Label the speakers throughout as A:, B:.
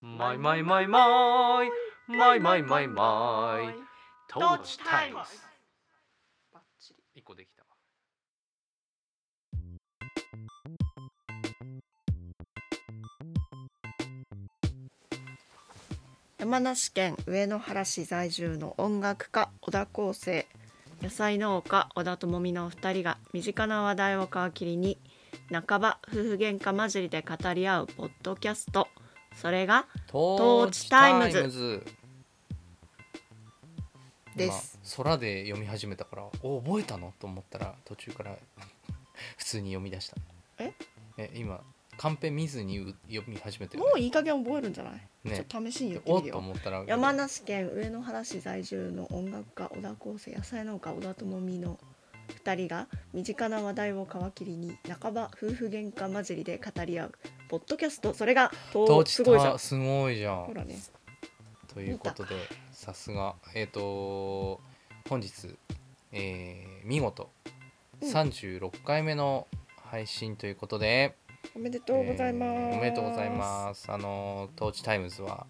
A: マイマイマイマイマイマイマイマイトーチタイムス
B: バッチリ
A: 一個できたわ
B: 山梨県上野原市在住の音楽家小田康生野菜農家小田智美のお二人が身近な話題を皮切りに半ば夫婦喧嘩交じりで語り合うポッドキャストそれが
C: ト
B: ーチタイムズ
C: ズ
B: です、
C: 今空で読み始めたからお覚えたのと思ったら途中から 普通に読み出した
B: え
C: え今カンペ見ずにう読み始めてる
B: もういい加減覚えるんじゃない、
C: ね
B: ちょっと試しに言って
C: おっ
B: みる
C: と
B: よ
C: 思ったら
B: 山梨県上野原市在住の音楽家小田康生野菜農家小田智美の2人が身近な話題を皮切りに半ば夫婦喧嘩交じりで語り合うポッドキャストそれがと
C: トーチ
B: すごいじゃ
C: タ
B: ん
C: すごいじゃ
B: ほ
C: ん
B: らね
C: ということでさすがえっ、と本日、えー見事
B: うん
C: 36回目の配信ということで、
B: おめでとうございます、
C: えーおめでとうございます。あのトーチタイムズは、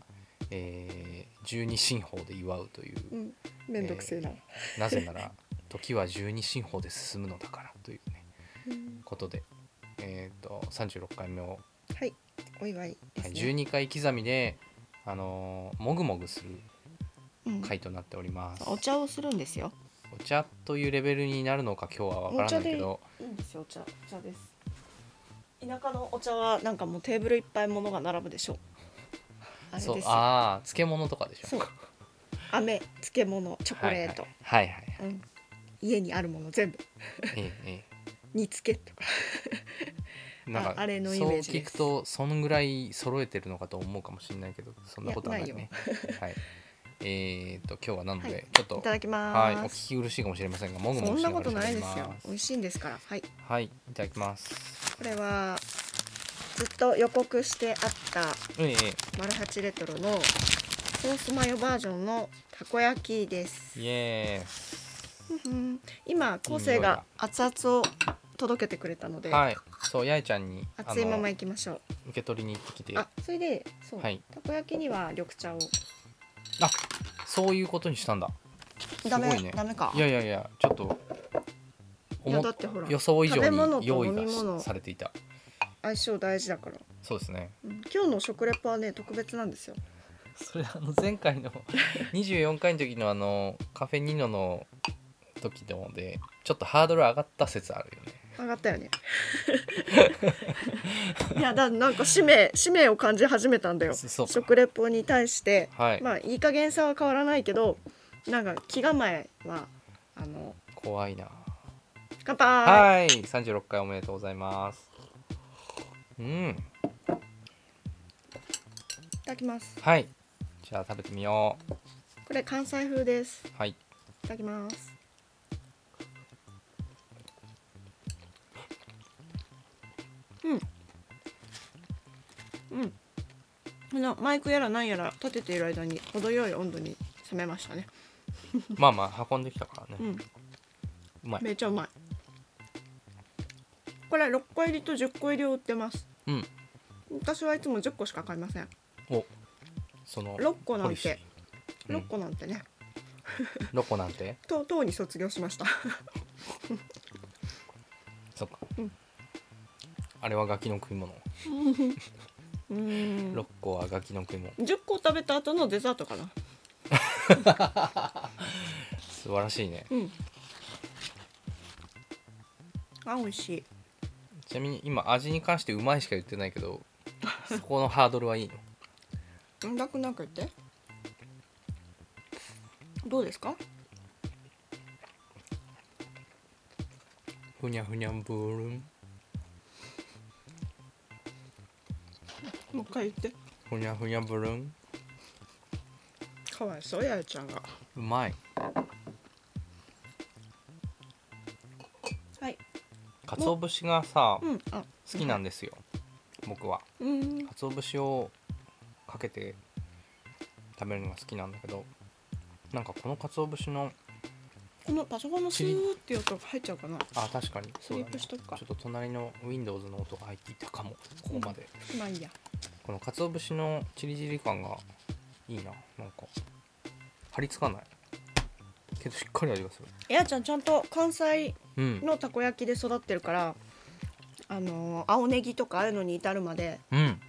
C: えー、十二進法で祝うという
B: う、ん、めんどくせえな、
C: なぜなら 時は十二進法で進むのだからというね
B: うん
C: ことで、えっ、と三十六回目を
B: はいお祝いですね、
C: 十二回刻みで、あのーもぐもぐする
B: うん
C: 回となっております。
B: お茶をするんですよ
C: お茶というレベルになるのか今日はわからないけど、
B: いいんですよお茶お茶です田舎のお茶はなんかもうテーブルいっぱいものが並ぶでしょあれです
C: そう
B: よ
C: ああ漬物とかでし
B: そ
C: ょ。
B: う飴漬物チョコレート、
C: はいはい。はいはい
B: うん、家にあるもの全部
C: ええええ
B: 煮つけとか
C: なんか
B: ああれのイメージ
C: そう
B: で
C: 聞
B: す
C: くとそんぐらい揃えてるのかと思うかもしれないけどそんなことはない
B: いやな
C: ね。はい。えっと今日はなので、
B: はい
C: ちょっと
B: いただきま
C: はいお
B: ーす、
C: 聞き苦しいかもしれませんがもぐも
B: そ
C: ぐ
B: ん
C: し
B: な
C: な
B: こ
C: が
B: と
C: ら
B: ない
C: 喋り
B: ですよ
C: ま
B: 美味しいんですからはい
C: はいいただきます。
B: これはずっと予告してあった
C: ええ
B: マルハチレトロのソースマヨバージョンのたこ焼きです
C: ええイエ
B: ふふん今昴生が熱々を届けてくれたの
C: ー
B: で、
C: イ。はい。そうやいちゃんに
B: 熱いまま
C: 受
B: いきましょう
C: け取りに行ってきて
B: あそれでそう、
C: はい
B: たこ焼きには緑茶を
C: そういうことにしたんだ。
B: ダメ、
C: すごいね
B: ダメか
C: いやいやいやちょっと
B: い
C: 思
B: や
C: っ
B: だってほら
C: 予想以上
B: 食べ物
C: に用
B: と
C: 意
B: 飲み
C: が
B: 物
C: しされていた。
B: 相性大事だから、
C: そうですね。
B: うん今日の食レポはね特別なんですよ
C: それあの前回 の24回の時のあのカフェニノの時のでちょっとハードル上がった説あるよね
B: 上がっ たよねいやだなんか使命使命を感じ始めたんだよ
C: そそうか
B: 食レポに対して
C: はい、
B: まあいい加減さは変わらないけどなんか気構えはあの
C: 怖いな
B: 乾杯
C: はい36回おめでとうございますうん
B: いただきます
C: はいじゃあ食べてみよう
B: これ関西風です
C: はい
B: いただきますうんうんこのマイクやら何やら立てている間に程よい温度に冷めましたね
C: まあまあ運んできたから
B: う
C: ね
B: ん
C: うまい
B: めちゃうまいこれ6個入りと10個入りを売ってます
C: うん
B: 私はいつも10個しか買いません
C: おその
B: 6個な
C: ポ
B: ん
C: リシー
B: て6個なんてね、
C: 6個なんて
B: とうとうに卒業しました
C: そっか、
B: うん
C: あれはガキの食い物
B: う ーん
C: 6個はガキの食い物
B: 10個食べた後のデザートかな
C: 素晴らしいね
B: うん。あ、美味しい。
C: ちなみに今味に関してうまいしか言ってないけ どそこのハードルはいいの
B: 音楽なんか言って。どうですか？
C: ふにゃふにゃんブールン
B: もう一回言って。
C: ふにゃふにゃブルン
B: かわいそうやゆちゃんが。
C: うまい
B: はい。
C: 鰹節がさ
B: うん。あ、
C: 好きなんですよ僕は
B: うん。
C: 鰹節をかけて食べるのが好きなんだけどなんかこの鰹節の
B: このパソコンのスーっていう音が入っちゃうかな。
C: あ確かに
B: スリープしとくか
C: ちょっと隣の Windows の音が入っていたかもここまで
B: まあいいや。
C: この鰹節のチリチリ感がいいななんか張り付かないけどしっかり味がする
B: やちゃんちゃんと関西
C: うん
B: のたこ焼きで育ってるからあの青ネギとかああいうのに至るまで
C: うん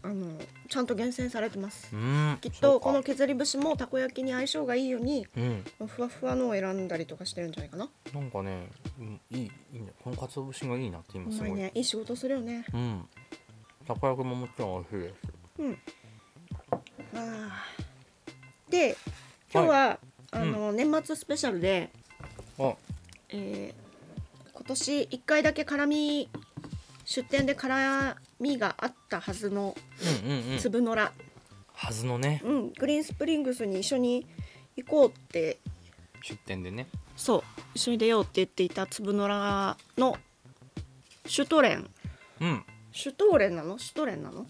B: あのちゃんと厳選されてます
C: うん
B: きっ
C: そう
B: と
C: か
B: この削り節もたこ焼きに相性がいいように
C: うん
B: ふわふわのを選んだりとかしてるんじゃないかな
C: なんかね、うん、いいいいねこの鰹節がいいなって
B: ほ
C: 今
B: ん
C: すご
B: ま
C: い、
B: にねいい仕事するよね
C: うんたこ焼きももちろん美味しいです
B: あーで今日は、あの、年末スペシャルで、
C: あ
B: えー今年1回だけ辛み出店で辛みがあったはずの
C: うんうんうん
B: 粒のら、
C: はずのね
B: うんグリーンスプリングスに一緒に行こうって
C: 出店でね
B: そう一緒に出ようって言っていた粒のらのシュトレン
C: うん
B: シュトーレンなのシュトレンなの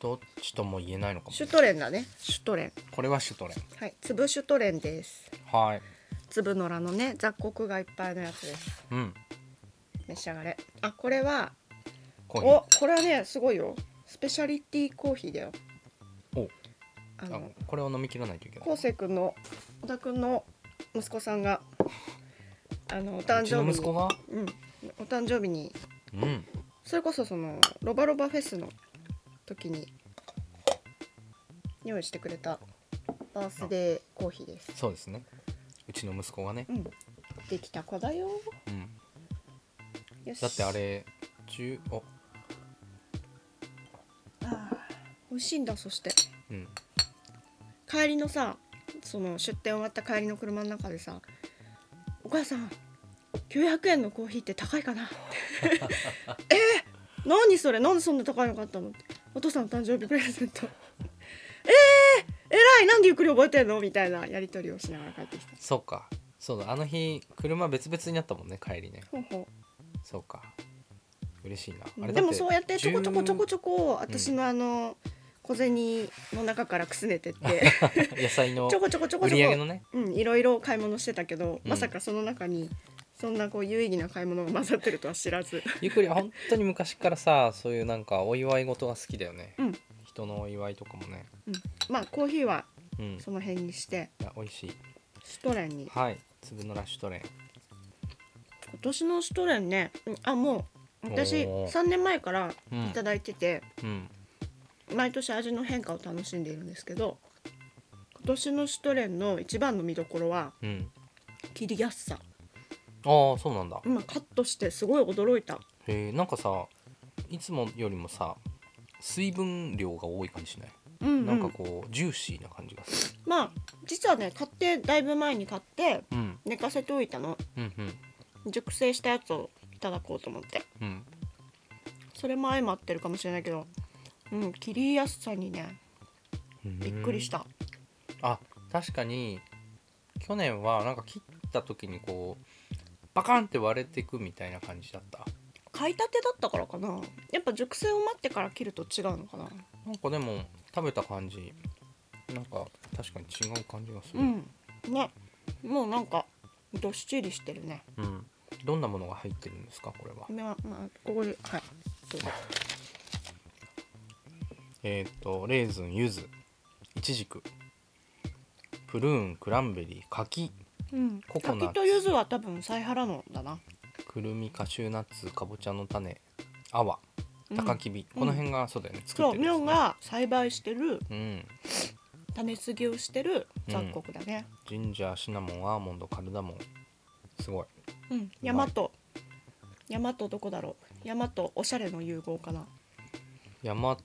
C: どっちとも言えないのかも
B: シュトレンだねシュトレン
C: これはシュトレン
B: はい粒シュトレンです
C: はい
B: 粒のらのね雑穀がいっぱいのやつです
C: うん
B: 召し上がれあこれは
C: コーヒー
B: おこれはねすごいよスペシャリティコーヒーだよ
C: お
B: あ
C: あ
B: の
C: これを飲み切らないといけない
B: 昴生君の小田君の息子さんがあのお誕
C: うち
B: 生
C: の
B: 日
C: 息子
B: に
C: が
B: うんお誕生日に
C: うん
B: それこそそのロバロバフェスの時に用意してくれたバースデーコーヒーです
C: そうですねうちの息子がね
B: うんできた子だよ
C: うん
B: よし
C: だってあれ中お
B: あー美味しいんだそして
C: うん
B: 帰りのさその出店終わった帰りの車の中でさ「お母さん900円のコーヒーって高いか な?」って「えー、何それなんでそんな高いの買ったの?」って「お父さんの誕生日プレゼント」「えー、偉いなんでゆっくり覚えてんの?」みたいなやり取りをしながら帰ってきた。
C: そうかそうだあの日車別々になったもんね帰りね
B: ほうほ
C: そうか嬉しいなあ
B: う
C: れ
B: で
C: だ
B: も
C: って
B: そうやってちょこちょこちょこ
C: 10
B: ちょこ私のあの小銭の中からくすねてって
C: 野菜の
B: ちょこちょこちょこ
C: 売
B: ち
C: り
B: ょ
C: 上
B: こ
C: げのね
B: うん、いろいろ買い物してたけど、
C: うん
B: まさかその中にそんなこう有意義な買い物が混ざってるとは知らず
C: ゆっくり本当に昔からさそういうなんかお祝い事が好きだよね、
B: うん
C: 人のお祝いとかもね
B: まあコーヒーは
C: うん
B: その辺にして
C: いや美味しい
B: シュトレンに
C: はい粒のラッシュトレ
B: 今年のシュトレンねうんあもう私
C: おー
B: 3年前から
C: イン
B: いただいてて、
C: うん、うん、
B: 毎年味の変化を楽しんでいるんですけど今年のシュトレンの一番の見どころは
C: うん、
B: 切りやすさ
C: ああそうなんだ
B: 今カットしてすごい驚いた
C: へえなんかさいつもよりもさ水分量が多い感じしない、
B: うん,、うん、
C: なんかこうジューシーな感じがする
B: まあ実はね買ってだいぶ前に買って
C: うん
B: 寝かせておいたの
C: うんうん
B: 熟成したやつをいただこうと思って
C: うん
B: それも相まってるかもしれないけどうん切りやすさにね
C: うん
B: びっくりした
C: あ確かに去年はなんか切った時にこうバカンって割れてくみたいな感じだった
B: 買いたてだったからかなやっぱ熟成を待ってから切ると違うのかな
C: なんかでも食べた感じなんか確かに違う感じがす
B: う
C: る、
B: んねもうなんかどっしりしてるね
C: うんどんなものが入ってるんですかこれは
B: これはまあここではいどうぞ
C: えっ、とレーズン柚子いちじくプルーンクランベリー柿
B: うん
C: ココナッツ
B: 柿と柚子は多分犀原のだな
C: くるみカシューナッツかぼちゃの種アワ
B: うん
C: 高きび、
B: うん
C: この辺がそうだよね作っ
B: そう
C: て
B: ミ
C: る
B: ョ
C: や
B: ンが栽培してる
C: つ、ね、うん
B: 種継ぎをしてる雑穀だね
C: ジンジャーシナモンアーモンドカルダモンすごい
B: うん大和大和どこだろう大和おしゃれの融合かな
C: 山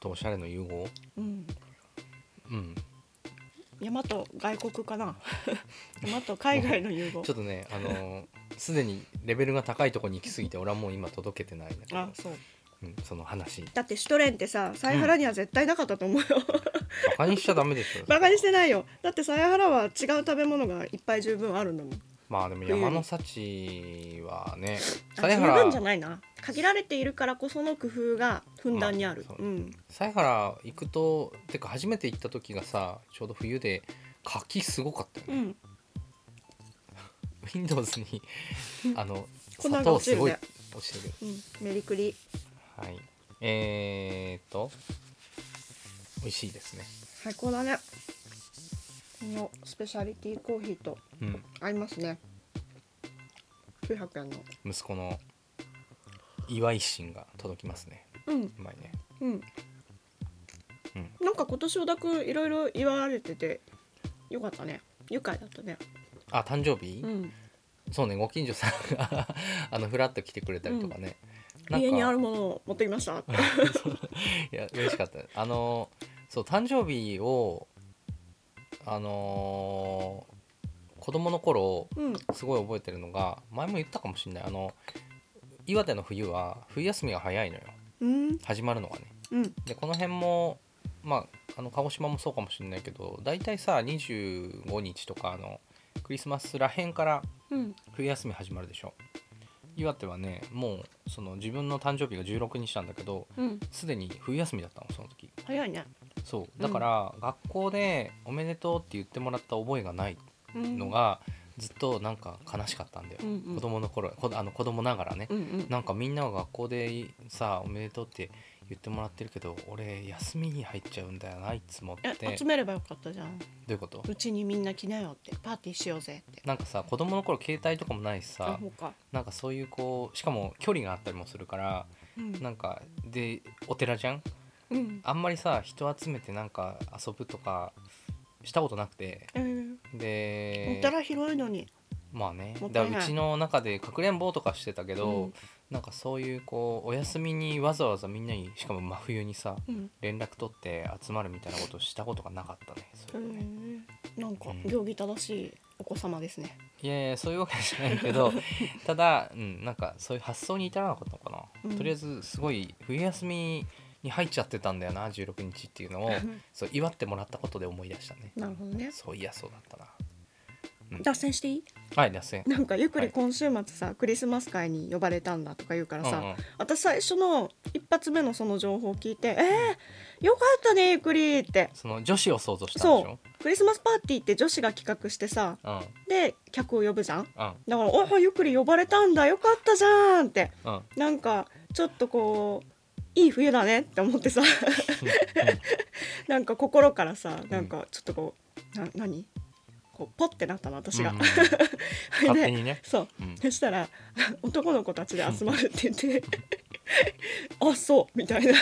C: とおしゃれの融合
B: うん
C: うん
B: 大和外国かな 大和海外の融合
C: ちょっとねあのーすでにレベルが高いところに行き過ぎて俺はもう今届けてないんだけど
B: あそう
C: うん、その話
B: だってシュトレンってさ犀原には絶対なかったと思うよ、
C: バカにしちゃダメでしょ
B: バカにしてないよだって犀原は違う食べ物がいっぱい十分あるんだもん
C: まあでも山の幸はね
B: あ
C: 犀
B: 十分じ
C: 原
B: ゃないな限られているからこその工夫がふんだんにある、
C: まあ
B: う
C: そうん犀原行くとてか初めて行った時がさちょうど冬で柿すごかったよ
B: う
C: ね、
B: ん
C: Windows にあの
B: 粉が
C: 砂糖
B: 落ち
C: す
B: る
C: ごい
B: ね
C: 落ちてる
B: うんメリクリ
C: はいえー、っと美味しいですね
B: 最高だねこのスペシャリティコーヒーと
C: うん
B: 合いますね900円の
C: 息子の祝い心が届きますね
B: うん
C: うまいね
B: う
C: う
B: ん、
C: ん
B: なんか今年小田君いろいろ言われててよかったね愉快だったね
C: あ誕生日、
B: うん
C: そうねご近所さんが あのフラッと来てくれたりとかね、なんか
B: 家にあるものを持ってきましたって
C: いや嬉しかったあのそう誕生日をあのー子供の頃
B: うん
C: すごい覚えてるのが前も言ったかもしれないあの岩手の冬は冬休みが早いのよ
B: うん
C: 始まるのがね
B: うん
C: でこの辺もまああの鹿児島もそうかもしれないけど大体さ25日とかあのクリスマスらへんから
B: うん
C: 冬休み始まるでしょ岩手はねもうその自分の誕生日が16日なんだけど
B: うん
C: すでに冬休みだったのその時
B: 早いね、
C: そうだから、学校で「おめでとう」って言ってもらった覚えがない
B: うん、
C: のが、ずっとなんか悲しかったんだよ、
B: うんうん
C: 子供の頃こあの子供ながらね、
B: うんうん
C: なんかみんなは学校でさ「おめでとう」って言ってもらってるけど俺休みに入っちゃうんだよないつもってど
B: え集
C: う
B: めればよかったじゃん
C: いうこと
B: うちにみんな来なよってパーティーしようぜって
C: なんかさ子供の頃携帯とかもないし
B: あ
C: さ
B: ほうか、
C: なんかそういうこうしかも距離があったりもするから
B: うん
C: なんかでお寺じゃん
B: うん
C: あんまりさ人集めてなんか遊ぶとかしたことなくて
B: えー、
C: で
B: お寺広いのに、
C: まあね
B: もった
C: だ
B: いない
C: からうちの中でかくれんぼとかしてたけど、
B: うん
C: なんかそういうこうお休みにわざわざみんなにしかも真冬にさ
B: うん
C: 連絡取って集まるみたいなことしたことがなかったねそ
B: え
C: れはね
B: ー、なんか行儀正しいお子様ですね
C: いやいやそういうわけじゃないけ どただ、うん、なんかそういう発想に至らなかったのかな、
B: うん
C: とりあえずすごい冬休みに入っちゃってたんだよな16日っていうのをそう祝ってもらったことで思い出したね
B: なるほどね
C: そういやそうだったな
B: 脱線していい
C: はい脱線
B: なんかゆっくり今週末さ、クリスマス会に呼ばれたんだとか言うからさ、
C: うんうん
B: 私最初の一発目のその情報を聞いて「えー、よかったねゆっくり」って
C: その女子を想像したんでし
B: そ
C: ょ
B: うクリスマスパーティーって女子が企画してさ
C: うんうん
B: で客を呼ぶじゃん
C: うん
B: だから「おゆっくり呼ばれたんだよかったじゃん」って
C: うん
B: なんかちょっとこういい冬だねって思ってさ なんか心からさなんかちょっとこうな何こうポッてなったの私 が。
C: うんうん勝 手にね、
B: そう
C: うん、
B: そしたら 男の子たちで集まるって言って 「あそう」みたいな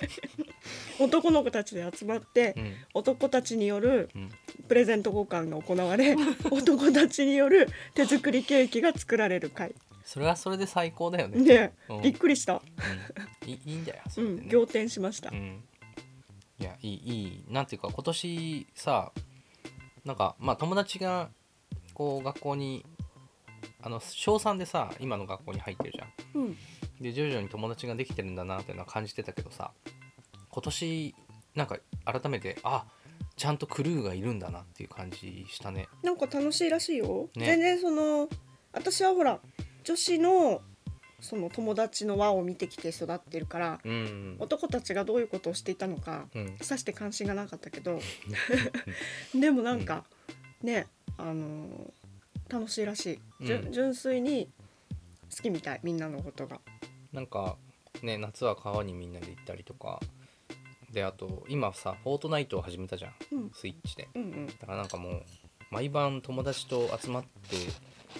B: 男の子たちで集まって
C: うん
B: 男たちによる
C: うん
B: プレゼント交換が行わ れ男たちによる手作りケーキが作られる会
C: それはそれで最高だよね。
B: ね
C: うん
B: びっくりした、
C: うんいいいいんだよ。そうれでね
B: ん、仰天しました
C: う、んいやいいいいなんていうか今年さなんかまあ友達がこう学校にあの小3でさ今の学校に入ってるじゃん。
B: うん、
C: で徐々に友達ができてるんだなっていうのは感じてたけどさ今年なんか改めてあちゃんとクルーがいるんだなっていう感じしたね。
B: なんか楽しいらしいよ、
C: ね
B: 全然その私はほら女子のその友達の輪を見てきて育ってるから
C: うん
B: 男たちがどういうことをしていたのか
C: うん
B: さして関心がなかったけどでもなんか、ねあのー楽しいらしい、じゅ
C: うん
B: 純粋に好きみたいみんなのことが
C: なんかね夏は川にみんなで行ったりとかであと今さフォートナイトを始めたじゃん
B: うん
C: スイッチで
B: うんうん
C: だからなんかもう毎晩友達と集まって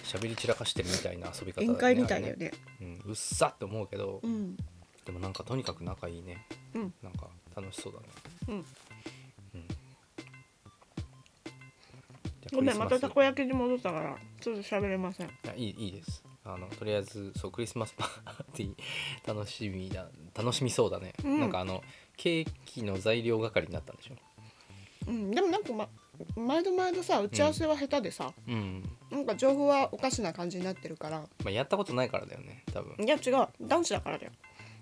C: 喋り散らかしてるみたいな遊び方だよね
B: 宴会みたいだよ
C: あ
B: ね
C: れねうん、うっさって思うけど、
B: うん
C: でもなんかとにかく仲いいね
B: うん
C: なんか楽しそうだね
B: うん
C: うんじゃあ
B: ご
C: クリ
B: めん
C: スマ
B: ま
C: ス
B: たたこ焼きに戻ったからちょっと喋れません
C: いやいいいいですあのとりあえずそうクリスマスパーティー 楽しみだ楽しみそうだね、
B: うん
C: なんかあのケーキの材料係になったんでしょ
B: うんでもなんかま毎度毎度さ打ち合わせは下手でさ、
C: うん、
B: なんか情報はおかしな感じになってるから
C: まあ、やったことないからだよね多分
B: いや違う男子だからだよ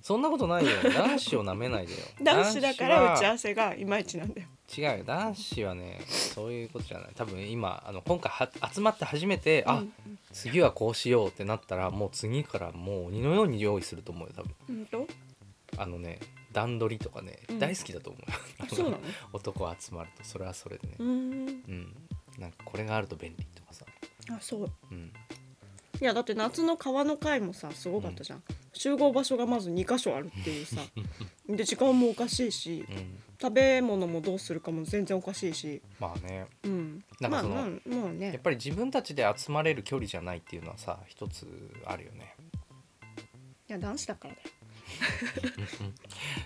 C: そんなことないよ 男子をなめないでよ
B: 男子だから打ち合
C: 男
B: わせがいまいちなんだよ
C: 子は違うよ男子はねそういうことじゃない多分今あの今回は集まって初めて、あ
B: うん
C: 次はこうしようってなったらもう次からもう鬼のように用意すると思うよ多分
B: 本当
C: あのね段取りとかね、
B: うん
C: 大好きだと思うよ
B: あそうなの
C: 男集まるとそれはそれでね
B: うん
C: うん、なんかこれがあると便利とかさ、
B: あそう
C: うん、
B: いやだって夏の川の会もさすごかったじゃん、集合場所がまず2箇所あるっ ていうさで時間もおかしいし
C: うん、
B: 食べ物もどうするかも全然おかしいし、
C: まあね
B: うん、
C: なん
B: ま
C: かそ
B: あ
C: の
B: まあもう
C: やっ
B: ね
C: ぱり自分たちで集まれる距離じゃないっていうのはさ一つあるよね
B: いや男子だからだよ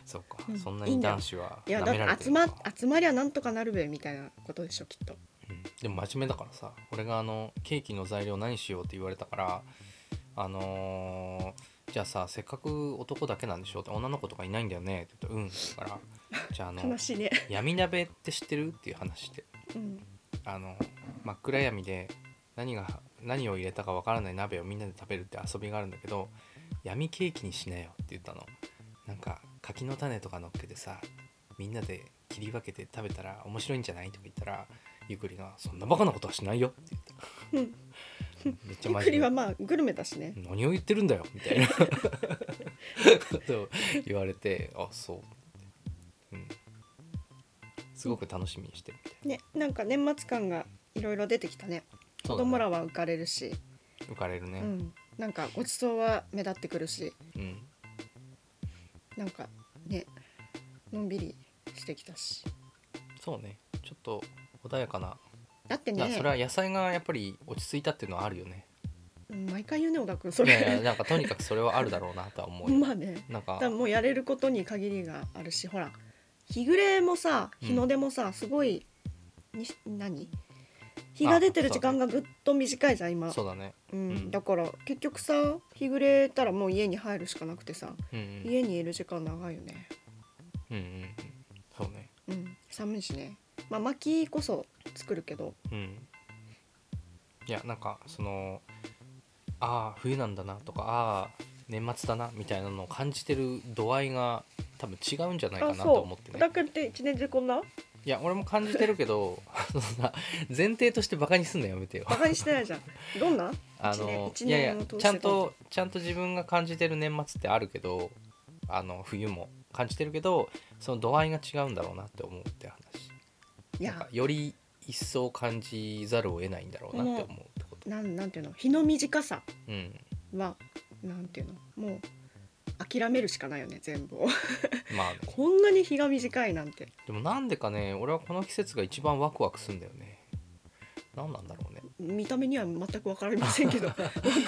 C: そうか、
B: うん
C: そんない
B: い
C: に
B: んだ
C: 男子はい
B: や
C: 舐めら
B: だ
C: れ
B: ってて
C: る
B: 集
C: の
B: ま
C: か
B: 集まりゃなんとかなるべみたいなことでしょきっと
C: うんでも真面目だからさ俺があのケーキの材料何しようって言われたからあのーじゃあさせっかく男だけなんでしょって女の子とかいないんだよねって言うとうん」だから「じゃああ の
B: 悲しいね、
C: 闇鍋って知ってる?」っていう話して
B: うん、
C: あの真っ暗闇で何が何を入れたかわからない鍋をみんなで食べるって遊びがあるんだけど闇ケーキにしなよって言ったのなんか柿の種とか乗っけてさみんなで切り分けて食べたら面白いんじゃないとか言ったらゆくりが「そんなバカなことはしないよ」って言 った、めっちゃ
B: ゆっくり
C: 真
B: は
C: 面
B: まあグルメだしね
C: 目何を言ってるんだよみたいなことを言われてあそう、うん、すごく楽しみにしてるみたいな
B: ねなんか年末感がいろいろ出てきたね
C: そ
B: 子
C: うだね
B: 供らは浮かれるし
C: 浮かれるね、
B: うん、なんかごちそうは目立ってくるし
C: うん
B: なんかねのんびりしてきたし
C: そうねちょっと穏やかな、
B: だって
C: いやそれ
B: ね
C: は野菜がやっぱり落ち着いたっていうのはあるよね
B: うん毎回言うね小田君そ
C: い
B: れ
C: やいやなんかとにかくそれはあるだろうなとは思うよ
B: まあね
C: なんか
B: だからもうやれることに限りがあるしほら日暮れもさ日の出もさ、すごいに何日が出てる時間がぐっと短いじゃん今
C: そうだね
B: うん
C: うん
B: だから結局さ日暮れたらもう家に入るしかなくてさ
C: うんうん
B: 家にいる時間長いよね
C: うんうんうんそうね
B: うん寒いしねまあ薪こそ作るけど
C: うんいやなんかそのああ冬なんだなとかああ年末だなみたいなのを感じてる度合いが多分違うんじゃないかなと思って
B: 小
C: ね
B: 田君って一年中こんない
C: や俺も感じてるけど そんな前提としてバカにすんのやめてよ
B: バカにしてない じゃんどんな
C: あの
B: 一
C: い
B: 年
C: やいや
B: 一年を通して
C: ちゃんとちゃんと自分が感じてる年末ってあるけどあの冬も感じてるけどその度合いが違うんだろうなって思うって話
B: い
C: なん
B: や
C: かより一層感じざるを得ないんだろうなって思うってこと、
B: なんなんていうの日の短さ
C: うん、
B: はなんていうのもう諦めるしかないよね全部を
C: まあね
B: こんなに日が短いなんて
C: でもなんでかね俺はこの季節が一番ワクワクするんだよね何なんだろうね
B: 見た目には全くわかりませ んけどワク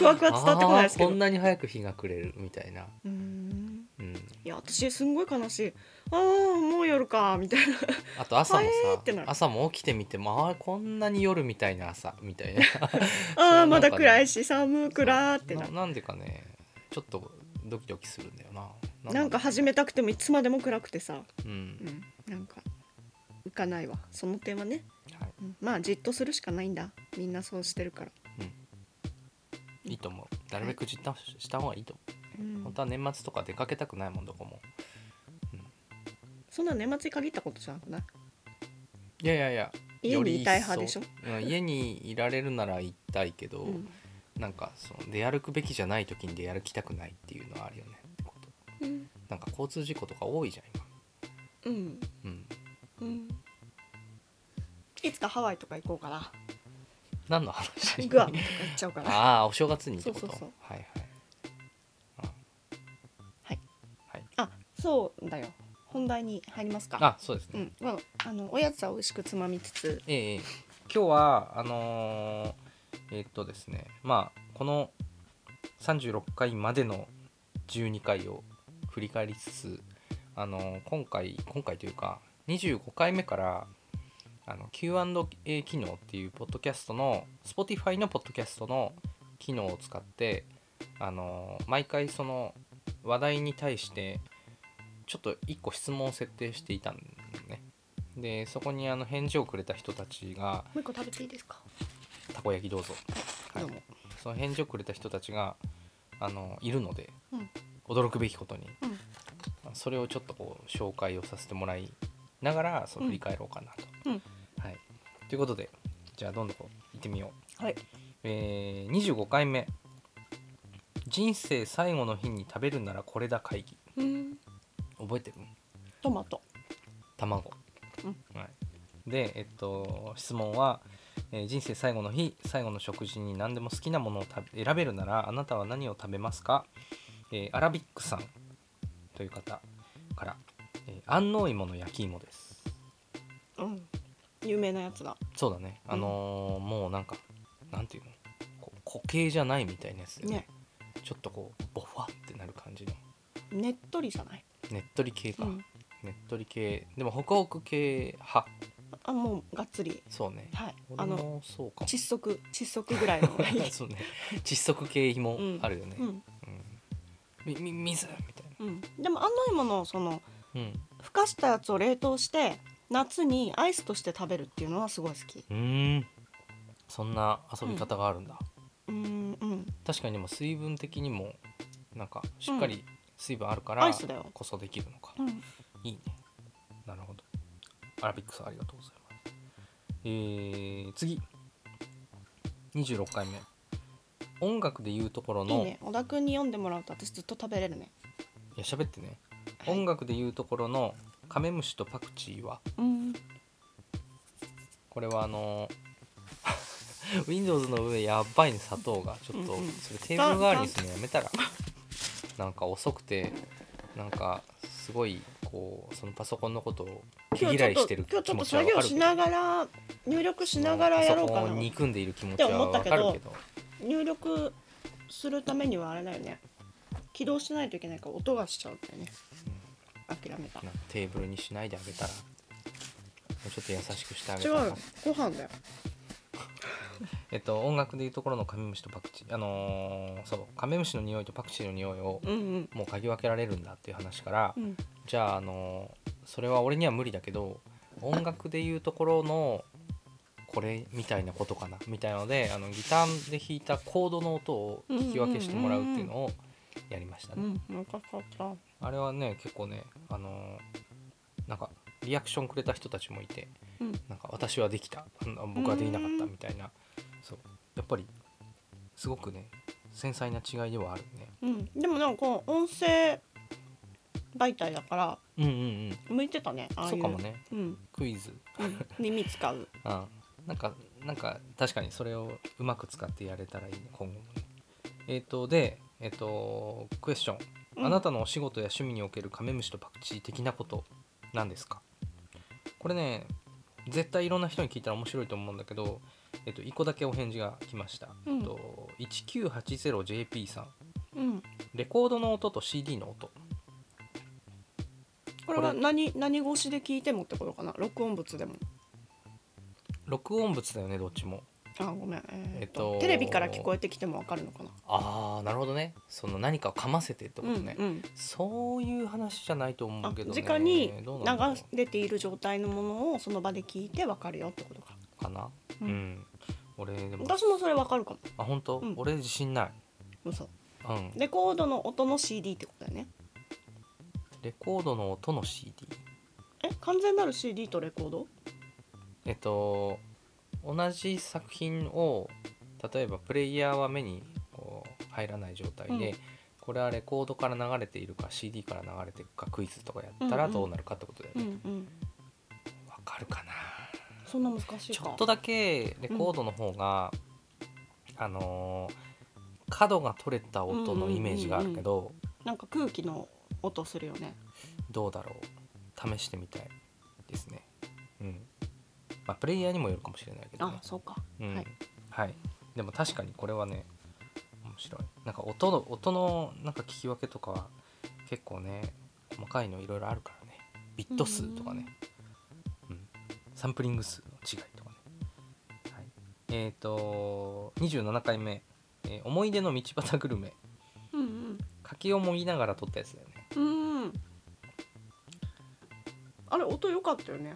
B: ワクは伝わってこないですけ
C: あーこ
B: ど
C: ん
B: う
C: なに早く日が暮れるみたいな、
B: ーん
C: うん、
B: いや私すんごい悲しいああもう夜かみたいな
C: あと朝も
B: はえー
C: さ
B: ってなる
C: 朝も起きてみてもあーこんなに夜みたいな朝みたいな
B: あ
C: な
B: あ
C: ん
B: ま
C: かね
B: だ暗いし寒くらーってな
C: ななんでかねちょっとドキドキするんだよなな
B: なんか始めたくてもいつまでも暗くてさ
C: う、
B: うんんなんか浮かないわその点はね
C: はい
B: うんまあじっとするしかないんだみんなそうしてるから、
C: いいと思うなるべくじったした方がいいと思
B: うん
C: う本当は年末とか出かけたくないもんどこも
B: そんな年末に限ったことじゃなくない
C: いやいやいや
B: 家にいたい派
C: より
B: で
C: 一
B: し
C: 層
B: ょ、
C: うん、家にいられるなら行きたいけど、
B: うん
C: なんかその出歩くべきじゃない時に出歩きたくないっていうのはあるよねってこと
B: うん
C: なんか交通事故とか多いじゃん今
B: うん
C: うん
B: うんいつかハワイとか行こうかな
C: 何の話
B: グアムとか行っちゃうか ら
C: ああお正月にってこと
B: そうそうそう
C: はいはい
B: あそうだよ本題に入りますか
C: あそうですね、
B: うんまあ、あのおやつは美味しくつまみつつ
C: ええ今日はあのーえーっとですねまあこの36回までの12回を振り返りつつ、あのー今回今回というか25回目からあの Q&A 機能っていうポッドキャストの Spotify のポッドキャストの機能を使って、あのー毎回その話題に対してちょっと1個質問を設定していたんだよね。でそこにあの返事をくれた人たちが
B: もう一個食べていいですか
C: たこ焼きどうぞ、はい
B: どうも
C: その返事をくれた人たちがあのいるので、
B: うん
C: 驚くべきことに、
B: うん
C: それをちょっとこう紹介をさせてもらいながらそう
B: うん
C: 振り返ろうかなと。
B: うん
C: はい、ということでじゃあどんどんこう行ってみよう。
B: はい
C: えー、25回目「人生最後の日に食べるならこれだ会議
B: うん」
C: 覚えてる
B: トマト
C: 卵、
B: う
C: はい、でえっと質問は、えー人生最後の日最後の食事に何でも好きなものを食べ選べるならあなたは何を食べますかえーアラビックさんという方から、えー安納芋の焼き芋です
B: うん有名なやつだ
C: そうだねあのーもうなんかなんていうのこう固形じゃないみたいなやつでね
B: ね
C: ちょっとこうボファってなる感じの
B: ねっとりじゃない、
C: ねっとり系
B: う
C: か、
B: ん、
C: ねっとり系でもホクホク系派
B: あもうがっつり
C: そうね
B: はいあ
C: 俺
B: の
C: もそうかも
B: 窒息窒息ぐ らいの
C: そうね窒息系もあるよね、
B: うん
C: うんみみ水みたい
B: うんでも安納芋のその
C: なうん
B: ふかしたやつを冷凍して夏にアイスとして食べるっていうのはすごい好き
C: うーんそんな遊び方があるんだ、
B: うんうん
C: 確かにでも水分的にもなんかしっかり水分あるか
B: ア
C: ら
B: イスだよ
C: こそできるのか、
B: うん
C: いいねなるほどアラビックさんありがとうございますえー、次26回目音楽でいうところの
B: いいね小田君に読んでもらうと私ずっと食べれるね
C: いや喋ってね音楽でいうところのカメムシとパクチーは
B: うん
C: これはあの ー Windows の上やばいね砂糖がちょっと
B: うんうん
C: それテーブル代わりにするのやめたらなんか遅くてなんかすごいこうそのパソコンのことを毛
B: 今日ち
C: 嫌
B: ょっ
C: いし
B: と
C: てる
B: 今日ち
C: 気
B: ょっ
C: 持
B: と
C: ちは
B: 作
C: わかるけ
B: 業し
C: ど
B: ながら入力しながらやろうか
C: パソコ
B: な
C: ンを憎んでいる気持ちはわかる
B: って思っ
C: け
B: たけ
C: ど
B: 入力するためにはあれだよね起動しないといけないから音がしちゃうんだよね諦めた
C: なんかテーブルにしないであげたらもうちょっと優しくしてあげ
B: 違
C: た
B: う
C: ら
B: よご飯だよ
C: えっと音楽でいうところのカメムシとパクチーあのーそうカメムシの匂いとパクチーの匂いを
B: うんうん
C: もう嗅ぎ分けられるんだっていう話から、
B: うん
C: じゃあ、あのそれは俺には無理だけど音楽でいうところのこれみたいなことかなみたいのであのギターで弾いたコードの音を聞き分けしてもらうっていうのをやりました
B: う
C: ね。
B: んよかった
C: あれはね結構ね、あのなんかリアクションくれた人たちもいて
B: うん
C: なんか私はできたあ僕はできなかったみたいなそうやっぱりすごくね繊細な違いではあるね。
B: うんでもなんかこう音声媒体だから
C: うんうん
B: 向いてたね
C: う
B: ああ
C: ん、
B: いう
C: そうかもね
B: うん
C: クイズ
B: うん耳使う
C: うん、なんかなんか確かにそれをうまく使ってやれたらいいね今後もね。えっ、とでえっ、とクエスチョン、
B: うん
C: あなたのお仕事や趣味におけるカメムシとパクチー的なことなんですかこれね絶対いろんな人に聞いたら面白いと思うんだけど、えっと1個だけお返事が来ました、
B: うん
C: えっと 1980JP さん
B: うん
C: レコードの音と CD の音
B: これは何何越しで聞いてもってことかな録音物でも
C: 録音物だよねどっちも
B: あごめんえ
C: え
B: っ
C: っ
B: と
C: と
B: テレビから聞こえてきてもわかるのかな
C: ああなるほどねその何かをかませてってことね、
B: うんうんそう
C: そういう話じゃないと思
B: あ
C: うけど、ね、
B: 直に
C: どうなんだろ
B: 流れている状態のものをその場で聞いてわかるよってことか
C: うかな
B: う
C: うんん、俺でも
B: 私もそれわかるかも
C: あ本当、
B: うん
C: 俺自信ない
B: 嘘
C: うん
B: レコードの音の CD ってことだよね
C: レコードの音の CD
B: え完全なる CD とレコード
C: えっと同じ作品を例えばプレイヤーは目にこう入らない状態で、
B: うん
C: これはレコードから流れているか CD から流れていくかクイズとかやった
B: う
C: ら
B: んうん
C: どうなるかってことだよ
B: うん
C: ね
B: うん
C: わ、かるかな
B: そんな難しい
C: ち
B: か
C: ょっとだけレコードの方が、あのー角が取れた音のイメージがあるけど、
B: なんか空気の音するよね
C: どうだろう試してみたいですねうんまあプレイヤーにもよるかもしれないけど
B: あ
C: ね
B: そうか
C: うん
B: はい
C: はい、でも確かにこれはね面白いなんか音の音のなんか聞き分けとかは結構ね細かいのいろいろあるからねビット数とかね、うんサンプリング数の違いとかね、はい、えっ、ー、と27回目、えー思い出の道端グルメ」
B: うん
C: 柿をもぎながら撮ったやつだよね
B: うんうんあれ音良かったよね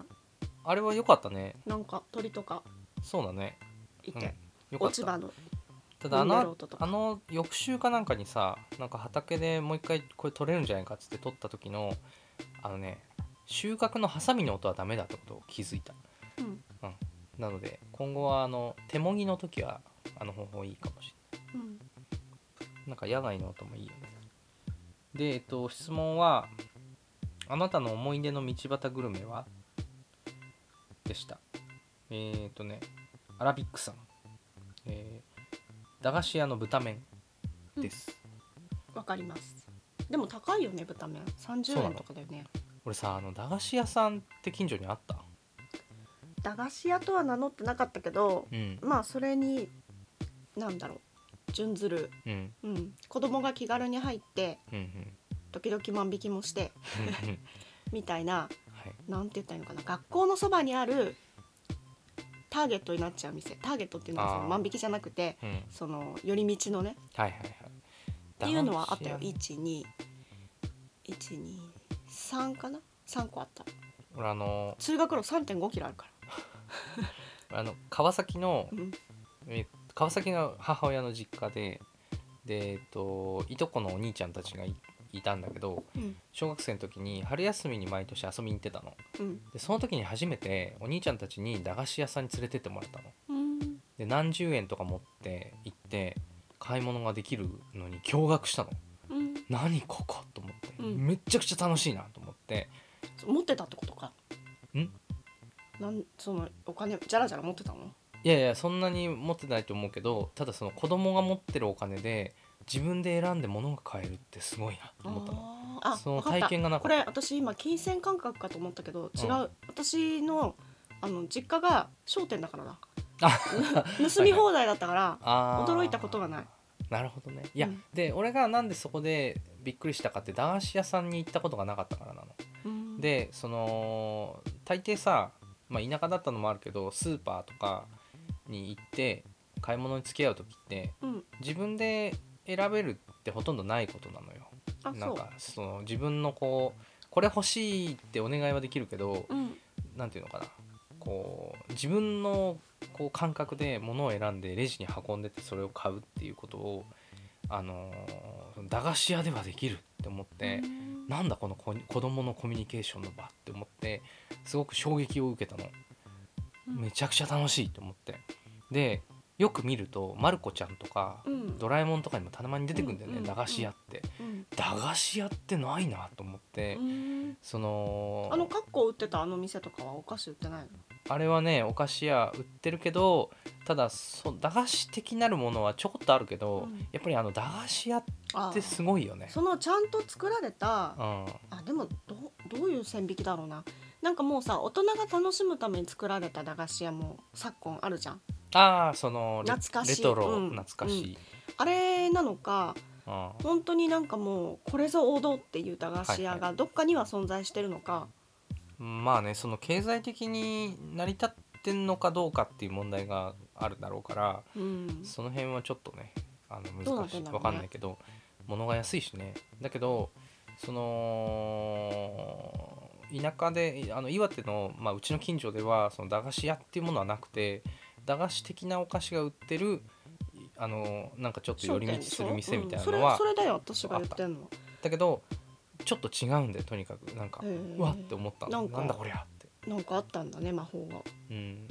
C: あれは良かったね
B: なんか鳥とか
C: そうだね
B: い
C: うん
B: て、
C: 良かっ
B: 落ち
C: た
B: 葉の
C: ただあ
B: 飲んでる
C: の
B: 音とか
C: あの翌週かなんかにさなんか畑でもう一回これ取れるんじゃないかっつって取った時のあのね収穫のハサミの音はダメだってことを気づいた
B: うん
C: なので今後はあの手もぎの時はあの方法いいかもしれない
B: うん
C: なんか野外の音もいいよねでえっと質問は「あなたの思い出の道端グルメは?」でしたえーっとねアラビックさん、えー駄菓子屋の豚麺です、
B: わかりますでも高いよね豚麺
C: そう
B: 30
C: な
B: 円
C: の
B: とかだよね
C: 俺さあの駄菓子屋さんって近所にあった
B: 駄菓子屋とは名乗ってなかったけど
C: うん
B: まあそれになんだろう準ずる、
C: うん
B: うん、子供が気軽に入って
C: うんうん
B: 時々万引きもして
C: うんうん
B: みたい
C: は
B: な
C: い
B: なんて言ったらいいのかな学校のそばにあるターゲットになっちゃう店ターゲットっていうのはそ
C: あ
B: の
C: ー
B: 万引きじゃなくて
C: うんはい
B: その寄り道のね
C: はいはい
B: っていうのはあったよ
C: 駄菓子屋ね
B: 12123かな3個あった
C: 俺あの
B: 通学路3 5キロあるか
C: あの川崎の
B: ら、うん、
C: え川崎の母親の実家でで、えっと、いとこのお兄ちゃんたちがいいたんだけど
B: うん
C: 小学生の時に春休みに毎年遊びに行ってたの
B: うん
C: でその時に初めてお兄ちゃんたちに駄菓子屋さんに連れてってもらったの
B: うん
C: で何十円とか持って行って買い物ができるのに驚愕したの
B: うん
C: 何ここと思って、
B: うん
C: めっちゃくちゃ楽しいなと思って
B: そう持ってたってことか
C: ん
B: なんそのお金じゃらじゃら持ってたの
C: いやいやそんなに持ってないと思うけどただその子供が持ってるお金で自分で選んで物が買えるってすごいなと思ったの
B: あーあ
C: その
B: わかった
C: 体験がなか
B: こ
C: った
B: れ私今金銭感覚かと思ったけど違う、
C: うん
B: 私のあの実家が商店だからだ
C: あ
B: 盗み放題だったから
C: あー
B: 驚いたことがない
C: なるほどねいや、
B: うん
C: で俺がなんでそこでびっくりしたかって駄菓子屋さんに行ったことがなかったからなの
B: うん
C: でその大抵さ、まあ、田舎だったのもあるけどスーパーとかに行って買い物に付き合う時って
B: うん
C: 自分で選べるってほとんどないことなのよ
B: あ
C: なん
B: そ
C: かその自分のこうこれ欲しいってお願いはできるけど
B: ううん
C: 何ていうのかなこう自分のこう感覚で物を選んでレジに運んでってそれを買うっていうことを、あのーその駄菓子屋ではできるって思って、
B: うん
C: なんだこの子子供のコミュニケーションの場って思ってすごく衝撃を受けたの
B: うん
C: めちゃくちゃ楽しいと思ってでよく見るとまる子ちゃんとか、
B: うん
C: ドラえもんとかにもたまに出てくるんだよね、
B: うん
C: 駄菓子屋って。
B: うん
C: 駄菓子屋ってないなと思って、
B: うん
C: その
B: あのカッコ売ってたあの店とかはお菓子売ってないの
C: あれはねお菓子屋売ってるけどただそう駄菓子的なるものはちょこっとあるけど、
B: うん
C: やっぱりあの駄菓子屋っ
B: あ
C: てすごいよね。
B: そのちゃんと作られた
C: うん、
B: あでもどうどういう線引きだろうななんかもうさ大人が楽しむために作られた駄菓子屋も昨今あるじゃん
C: ああそのレ
B: 懐かしい
C: レトロ、
B: うん
C: 懐かしい、
B: あれなのか
C: うん
B: 本当になんかもうこれぞ王道っていう駄菓子屋
C: は
B: がどっかには存在してるのか、
C: まあねその経済的に成り立ってんのかどうかっていう問題があるだろうから
B: うん
C: その辺はちょっとねあ
B: ど
C: の
B: うな
C: 難
B: って
C: し
B: ん
C: い
B: だろうね
C: わかんないけど物が安いしねだけどその田舎であの岩手の、まあ、うちの近所ではその駄菓子屋っていうものはなくて駄菓子的なお菓子が売ってるあのなんかちょっと寄り道する店みたいなの
B: うん
C: は、
B: それそれだよ私が言ってんの
C: だけどちょっと違うんでとにかくなんか、
B: へー
C: うわって思ったの
B: なんか
C: なんだこりゃって。
B: なんかあったんだね魔法が、
C: うん、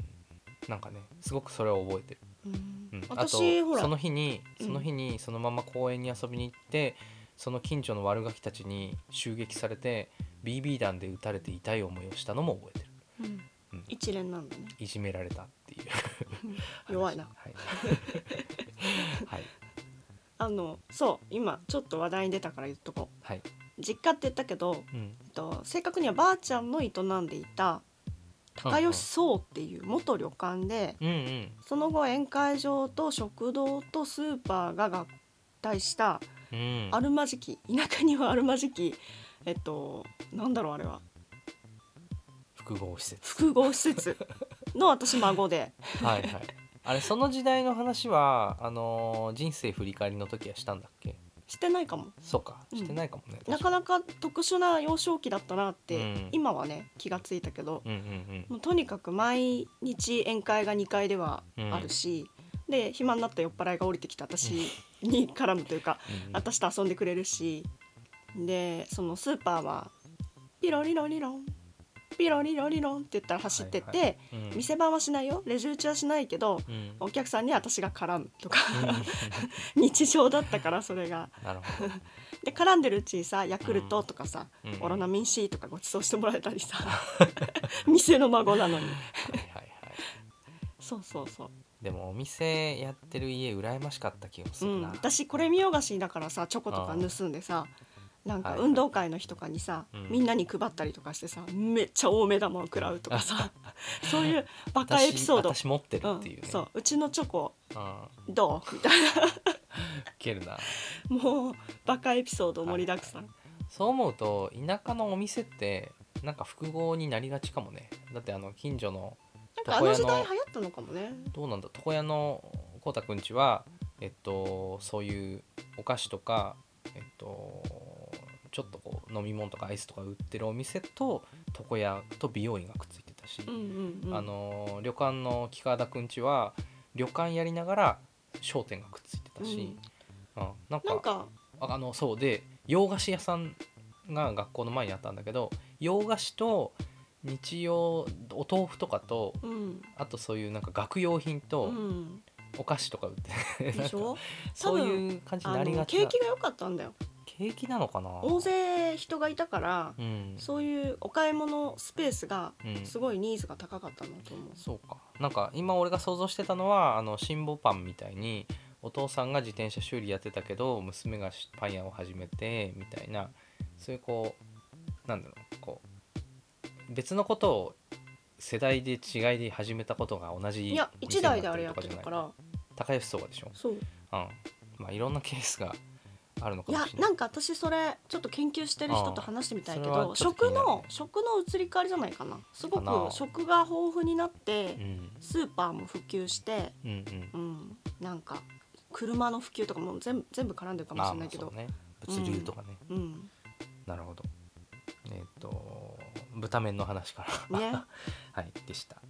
C: なんかねすごくそれを覚えてる、
B: うん
C: うん、あと
B: 私ほら
C: その日に
B: うん
C: その日にそのまま公園に遊びに行って、その近所の悪ガキたちに襲撃されて BB 弾で撃たれて痛い思いをしたのも覚えてる
B: うん
C: うん
B: 一連なん だね
C: いじめられたっていう話
B: 弱いな
C: はい、はい
B: あのそう今ちょっと話題に出たから言っとこ
C: はいう
B: 実家って言ったけど、
C: うん
B: えっと、正確にはばあちゃんの営んでいた高吉荘っていう元旅館で
C: うんうん
B: その後宴会場と食堂とスーパーが合体した
C: うん
B: あるまじき田舎にはあるまじきえっとなんだろうあれは
C: 複合施設
B: 複合施設の私孫で
C: はいはいあれその時代の話はあのー人生振り返りの時はしたんだっけ
B: してないかも
C: そうか
B: うん
C: してないかもね、
B: なか
C: か
B: なか特殊な幼少期だったなって、
C: うん
B: 今はね気がついたけど、
C: うんうん
B: もうとにかく毎日宴会が2階ではあるし、で暇になった酔っ払いが降りてきた 私に絡むというか、
C: うんうん
B: 私と遊んでくれるしでそのスーパーはピロリロリロンピロリロリロンって言ったら走ってって、
C: はいうん
B: 店番はしないよレジ打ちはしないけど
C: うん
B: お客さんに私が絡むとか
C: うん
B: 日常だったからそれが。
C: なるほど。
B: で絡んでるうちにさヤクルトとかさ、
C: うん
B: オロナミン C とかご馳走してもらえた りさ店の孫なのに
C: はいはいはい。
B: そうそうそう
C: でもお店やってる家羨ましかった気がす
B: う
C: る
B: ん、
C: な。
B: 私これ見よがしにだからさチョコとか盗んでさなんか
C: はい
B: 運動会の日とかにさ、
C: うん
B: みんなに配ったりとかしてさめっちゃ大目玉を食らうとかさ そういうバカエピソード
C: 私私持ってるっていうね、
B: うん、そううちのチョコ
C: うん
B: どうみたい
C: ウケるな
B: なもうバカエピソード盛りだくさん、
C: そう思うと田舎のお店ってなんか複合になりがちかもねだってあの近所の
B: なんかあの時代流行ったのかもね
C: どうなんだ床屋のこうたくんちはえっとそういうお菓子とかえっとちょっとこう飲み物とかアイスとか売ってるお店と床屋と美容院がくっついてたし、
B: うんうんうん
C: あの旅館の木川田くんちは旅館やりながら商店がくっついてたし、うんなんか
B: なんか
C: ああのそうで洋菓子屋さんが学校の前にあったんだけど洋菓子と日用お豆腐とかと
B: うん
C: あとそういうなんか学用品
B: う
C: と
B: ん
C: お菓子とか売ってて、 なん
B: でし
C: か
B: ょ
C: そういう感じにな
B: あ
C: りが
B: の
C: ち
B: 景
C: な
B: 気が良かったんだよ
C: 景気なのかな
B: 大勢人がいたから
C: うん
B: そういうお買い物スペースが
C: うん
B: すごいニーズが高かったんだと思う、
C: そうかなんか今俺が想像してたのはあの辛抱パンみたいにお父さんが自転車修理やってたけど娘がしパン屋を始めてみたいなそういうこうなんだろうこう別のことを世代で違いで始めたことが同じ
B: いや
C: お店
B: 一
C: にな
B: 台であれやって
C: る
B: た
C: と
B: か
C: じゃない
B: ら
C: 高安そうでしょ、
B: そう
C: うんまあ、いろんなケースがあるのか
B: い
C: も
B: や
C: しれな
B: ないんか私それちょっと研究してる人と話してみたいけ
C: ああそれ
B: ど
C: はちょっと気
B: 食
C: になるね
B: の食の移り変わりじゃないかなす
C: か
B: ご
C: な
B: く食が豊富になって
C: うん
B: スーパーも普及して
C: うんうん
B: うんなんか車の普及とかも全部全部絡んでるかもしれないけど、
C: まあまあそうね物流とかね、
B: うん
C: なるほど。えっ、と豚麺の話から、
B: ね
C: はいでした。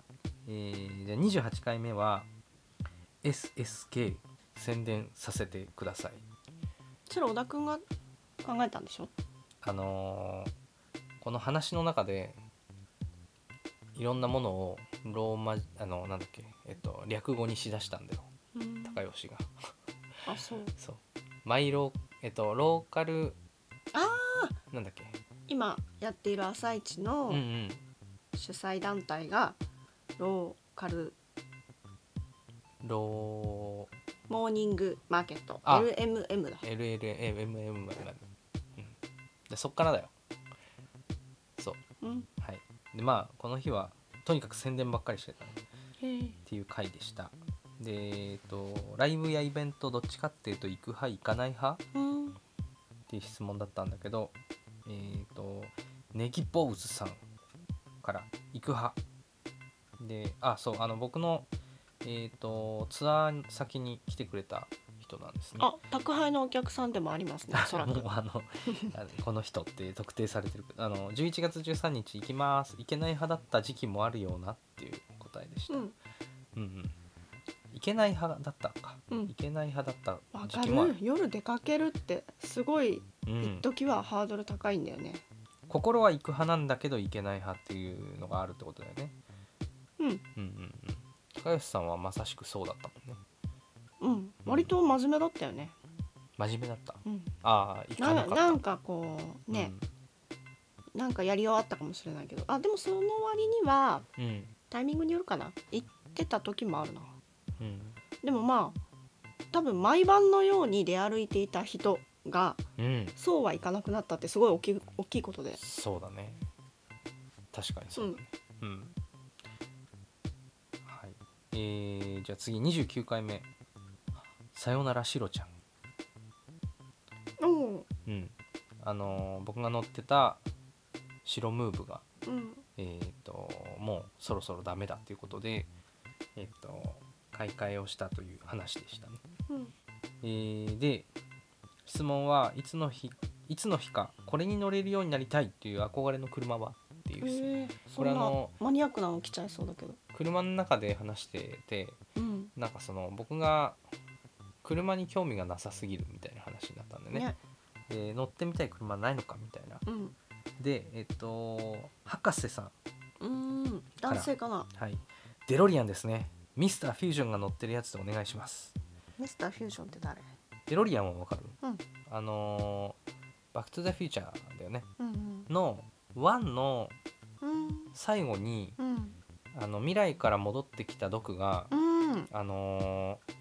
C: えーじゃあ28回目は SSK 宣伝させてください。
B: それ小田君が考えたんでしょ
C: あのーこの話の中でいろんなものをローマあのなんだっけえっ、と略語にしだしたんだよ
B: うん
C: 高吉が。
B: あそう
C: そう。マイロえっ、とローカル
B: あ
C: なんだっけ。
B: 今やっている「朝一
C: う
B: の
C: んうん。
B: 主催団体がローカル
C: ロー
B: モーニングマーケット
C: あ
B: LMM だ
C: LLMMM までなる、うん、でそっからだよそう
B: うん
C: はいでまあこの日はとにかく宣伝ばっかりしてたっ
B: へえ
C: ていう回でしたでえっとライブやイベントどっちかっていうと行く派行かない派っ
B: うん
C: ていう質問だったんだけどえっとネギ坊主さんから行く派であそうあの僕のえっとツアー先に来てくれた人なんですね
B: あ宅配のお客さんでもあり ますねおそら
C: もう
B: く
C: あのあのこの人って特定されてるあの11月13日行きます行けない派だった時期もあるようなっていう答えでした、
B: う
C: うん
B: ん
C: うん行けない派だったのか、
B: うん
C: 行けない派だった
B: わ
C: 時
B: か
C: 期もある
B: る夜出かけるってすごい
C: うん
B: 一、時はハードル高いんだよね
C: 心は行く派なんだけど行けない派っていうのがあるってことだよね
B: う
C: う
B: ん
C: んうんうん高吉さんはまさしくそうだったもんね
B: うん割と真面目だったよね
C: 真面目だった
B: うん
C: ああ行かな
B: な
C: かった
B: なんかこうね
C: うん、
B: なんかやりようあったかもしれないけどあでもその割には
C: うん
B: タイミングによるかな行ってた時もあるな
C: うん
B: でもまあ多分毎晩のように出歩いていた人が
C: うん
B: そうはいかなくなったってすごい大きい大きいことで
C: そうだね確かにそうだねうん、はいえー、じゃあ次29回目「さよならシロちゃん
B: うん」
C: うんあのー僕が乗ってたシロムーブが
B: うん
C: えっ、ともうそろそろダメだということでえっ、と買い替えをしたという話でしたね
B: うん
C: えーで質問はいつの日いつの日かこれに乗れるようになりたいっていう憧れの車はっていう質問
B: えー、そ
C: こ
B: ん
C: れあ
B: な
C: の
B: マニアックなの来ちゃいそうだけど
C: 車の中で話してて
B: うん
C: なんかその僕が車に興味がなさすぎるみたいな話になったんでね
B: ね
C: で乗ってみたい車ないのかみたいな
B: うん
C: でえっと博士さん
B: うん男性かな
C: はいデロリアンですねミスターフュージョンが乗ってるやつでお願いします
B: ミスターフュージョンって誰
C: デロリアンはわかる、
B: うん
C: あのーバック・トゥ・ザ・フューチャーだよね
B: うん
C: の1の
B: うん
C: 最後に
B: うん
C: あの未来から戻ってきた毒が
B: うん
C: あのー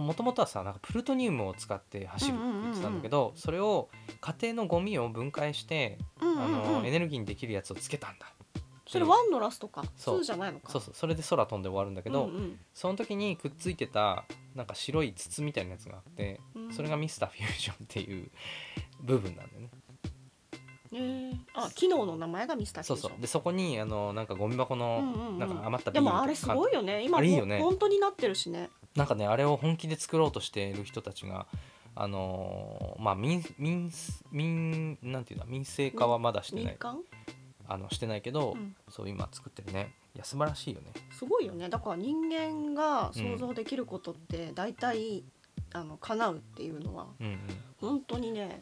C: もともとはさなんかプルトニウムを使って走るって言ってたんだけど、それを家庭のゴミを分解して、
B: うんう
C: あ
B: んう
C: のエ
B: ん、
C: ネルギーにできるやつをつけたんだ
B: それワンのラストかツ
C: そう
B: ーじゃないのか
C: そうそうそれで空飛んで終わるんだけど、
B: うんうん
C: その時にくっついてたなんか白い筒みたいなやつがあって、
B: うん
C: それがミスターフュージョンっていう部分なんだよね。
B: へえあ機能の名前がミスターフ
C: そ
B: ュ
C: うそ
B: ージョン
C: うでそこにあのなんかゴミ箱の、
B: うんうんうん
C: なんか余った
B: で
C: 瓶みた
B: もあれすごいよね今
C: あれいいよ
B: ほん
C: ね
B: 本当になってるしね
C: なんかねあれを本気で作ろうとしている人たちがあのーまあ民民民なんていうの民生化はまだしてな
B: 民
C: い
B: 間
C: あのしてないけど、
B: うん
C: そう今作ってるねいや素晴らしいよね
B: すごいよねだから人間が想像できることって大体、あの叶うっていうのは
C: うんうん
B: 本当にね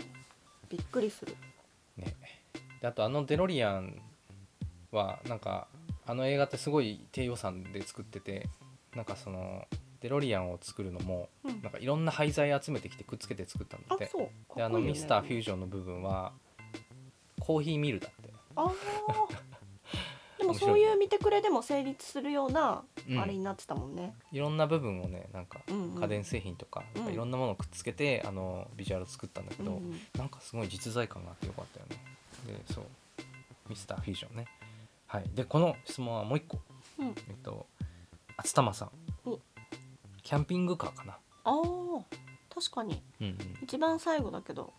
B: びっくりする
C: ねであとあのデロリアンはなんかあの映画ってすごい低予算で作っててなんかそのデロリアンを作るのも
B: うん
C: なんかいろんな廃材集めてきてくっつけて作ったんだ
B: あ
C: って
B: そう
C: で
B: か
C: あ
B: っこ
C: の
B: いいよね
C: ミスターフュージョンの部分はコーヒーミルだって、
B: あ ーでもそういう見てくれでも成立するような
C: うん
B: あれになってたもんね、
C: いろんな部分をねなんか
B: うんうん、
C: 家電製品とか,、
B: うん
C: いろんなものをくっつけてあのビジュアルを作ったんだけ
B: うん
C: ど、
B: うん
C: なんかすごい実在感があってよかったよねでそうミスターフュージョンねはいでこの質問はもう一個、
B: うん
C: えっと厚玉さん
B: お
C: キャンピングカーかな
B: あー確かに
C: うんうん
B: 一番最後だけど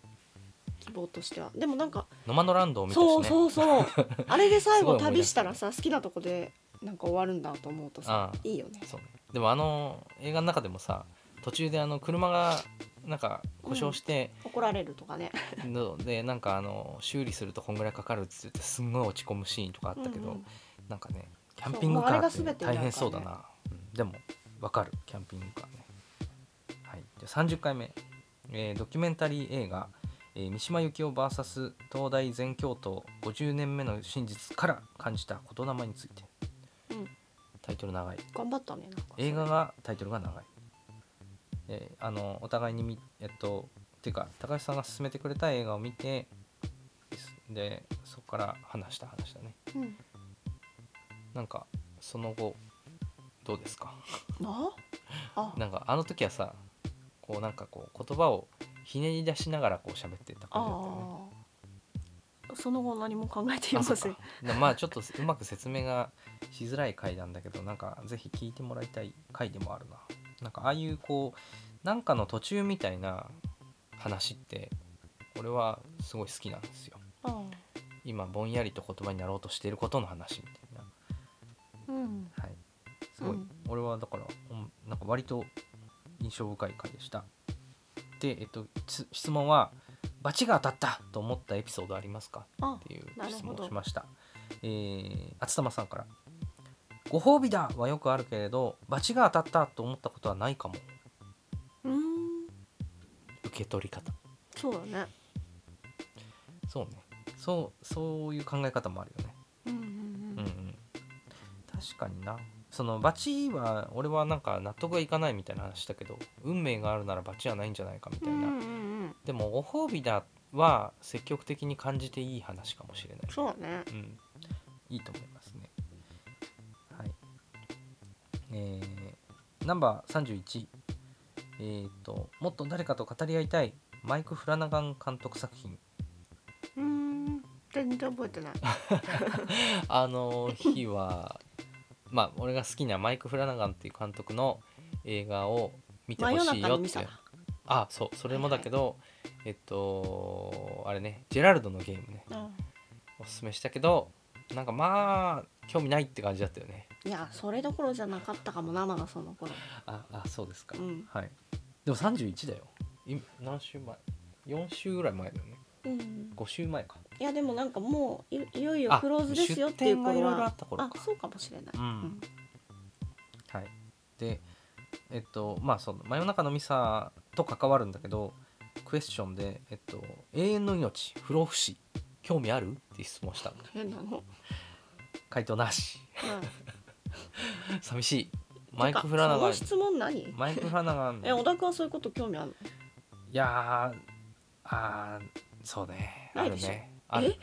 B: 希望としてはでもなんか
C: ノマノランドを見たしね
B: そうそうそう あれで最
C: すごい
B: 後
C: 思い出した
B: 旅したらさ好きなとこでなんか終わるんだと思うと
C: あ
B: さ
C: あ
B: いいよね
C: そうねでもあの映画の中でもさ途中であの車がなんか故障して、
B: 怒られるとかね
C: のでなんかあの修理するとこんぐらいかかるっつってすんごい落ち込むシーンとかあったけど、
B: うんうん
C: なんかねキャンピングカ
B: もうあれ
C: ー
B: が
C: っ
B: 全
C: て
B: て
C: 大
B: になるからね
C: 変そうだなうんでもわかるキャンピングカーねはいじゃあ30回目、えードキュメンタリー映画、えー三島由紀夫 VS 東大全教頭50年目の真実から感じた言霊について、
B: うん
C: タイトル長い
B: 頑張ったねなんか
C: 映画がタイトルが長い、えーあのお互いにみえっとっていうか高橋さんが勧めてくれた映画を見てですでそこから話した話だね
B: うん
C: なんかその後どうですか
B: なああ
C: なんかあの時はさこうなんかこう言葉をひねり出しながらこう喋ってた
B: あ
C: 感じだったよね
B: ーその後何も考えてい
C: あ
B: ま
C: そ
B: せ
C: っか
B: ん
C: でまあちょっとうまく説明がしづらい回なんだけどなんかぜひ聞いてもらいたい回でもあるななんかああいうこうなんかの途中みたいな話って俺はすごい好きなんですよ
B: あ
C: 今ぼんやりと言葉になろうとしていることの話みたいな
B: ーうん
C: はいすごい、
B: うん
C: 俺はだからうんなんか割と印象深い回でしたでえっとつ質問は「バチが当たった!」と思ったエピソードありますか
B: あ
C: っていう
B: なる
C: 質
B: ほ
C: 問
B: ど
C: をしました。えー、厚玉さんから。ご褒美だはよくあるけれど、バチが当たったと思ったことはないかも。
B: うーん
C: 受け取り方。
B: そうだね
C: そうね。そう、そういう考え方もあるよね。
B: うん
C: う
B: うんん
C: うん。確かにな。そのバチは俺はなんか納得がいかないみたいな話だけど運命があるならバチはないんじゃないかみた
B: う
C: い
B: ん
C: な、
B: うんうんうん
C: でもご褒美だは積極的に感じていい話かもしれない
B: そうだね
C: うん、いいと思いますね。はい。えーナンバー31。えっ、と、もっと誰かと語り合いたい、マイク・フラナガン監督作品。
B: うーん全然覚えてない
C: あの日は、まあ、俺が好きなマイク・フラナガンっていう監督の映画を見て
B: 真
C: ほ
B: 夜
C: しい
B: 中
C: よ
B: に
C: っ
B: 見た
C: て
B: な。
C: あ、そう、それもだけど、えっと、あれね、ジェラルドのゲームね、
B: うん
C: おすすめしたけど、なんかまあ、興味ないって感じだったよね。
B: いやそれどころじゃなかったかもなまだその頃
C: ああそうですか、
B: うん
C: はいでも31だよい何週前4週ぐらい前だよね
B: うん
C: 5週前か
B: いやでもなんかもういいよいよクローズですよってい
C: あ
B: う
C: 出店がい
B: 頃
C: ろいろあ
B: は
C: った頃か
B: そうかもしれない、
C: うんはいでえっとまあその真夜中のミサと関わるんだけどクエスチョンで、えっと「永遠の命不老不死興味ある?」って質問した
B: 変なの、
C: 回答なし 寂しい
B: うん
C: マイク・フラナガン
B: てかその質問何
C: マイク・フラナガン
B: え小田君はそういうこと興味あるの
C: いやーあーそうねあ
B: ない
C: る
B: でしょ
C: ねあるい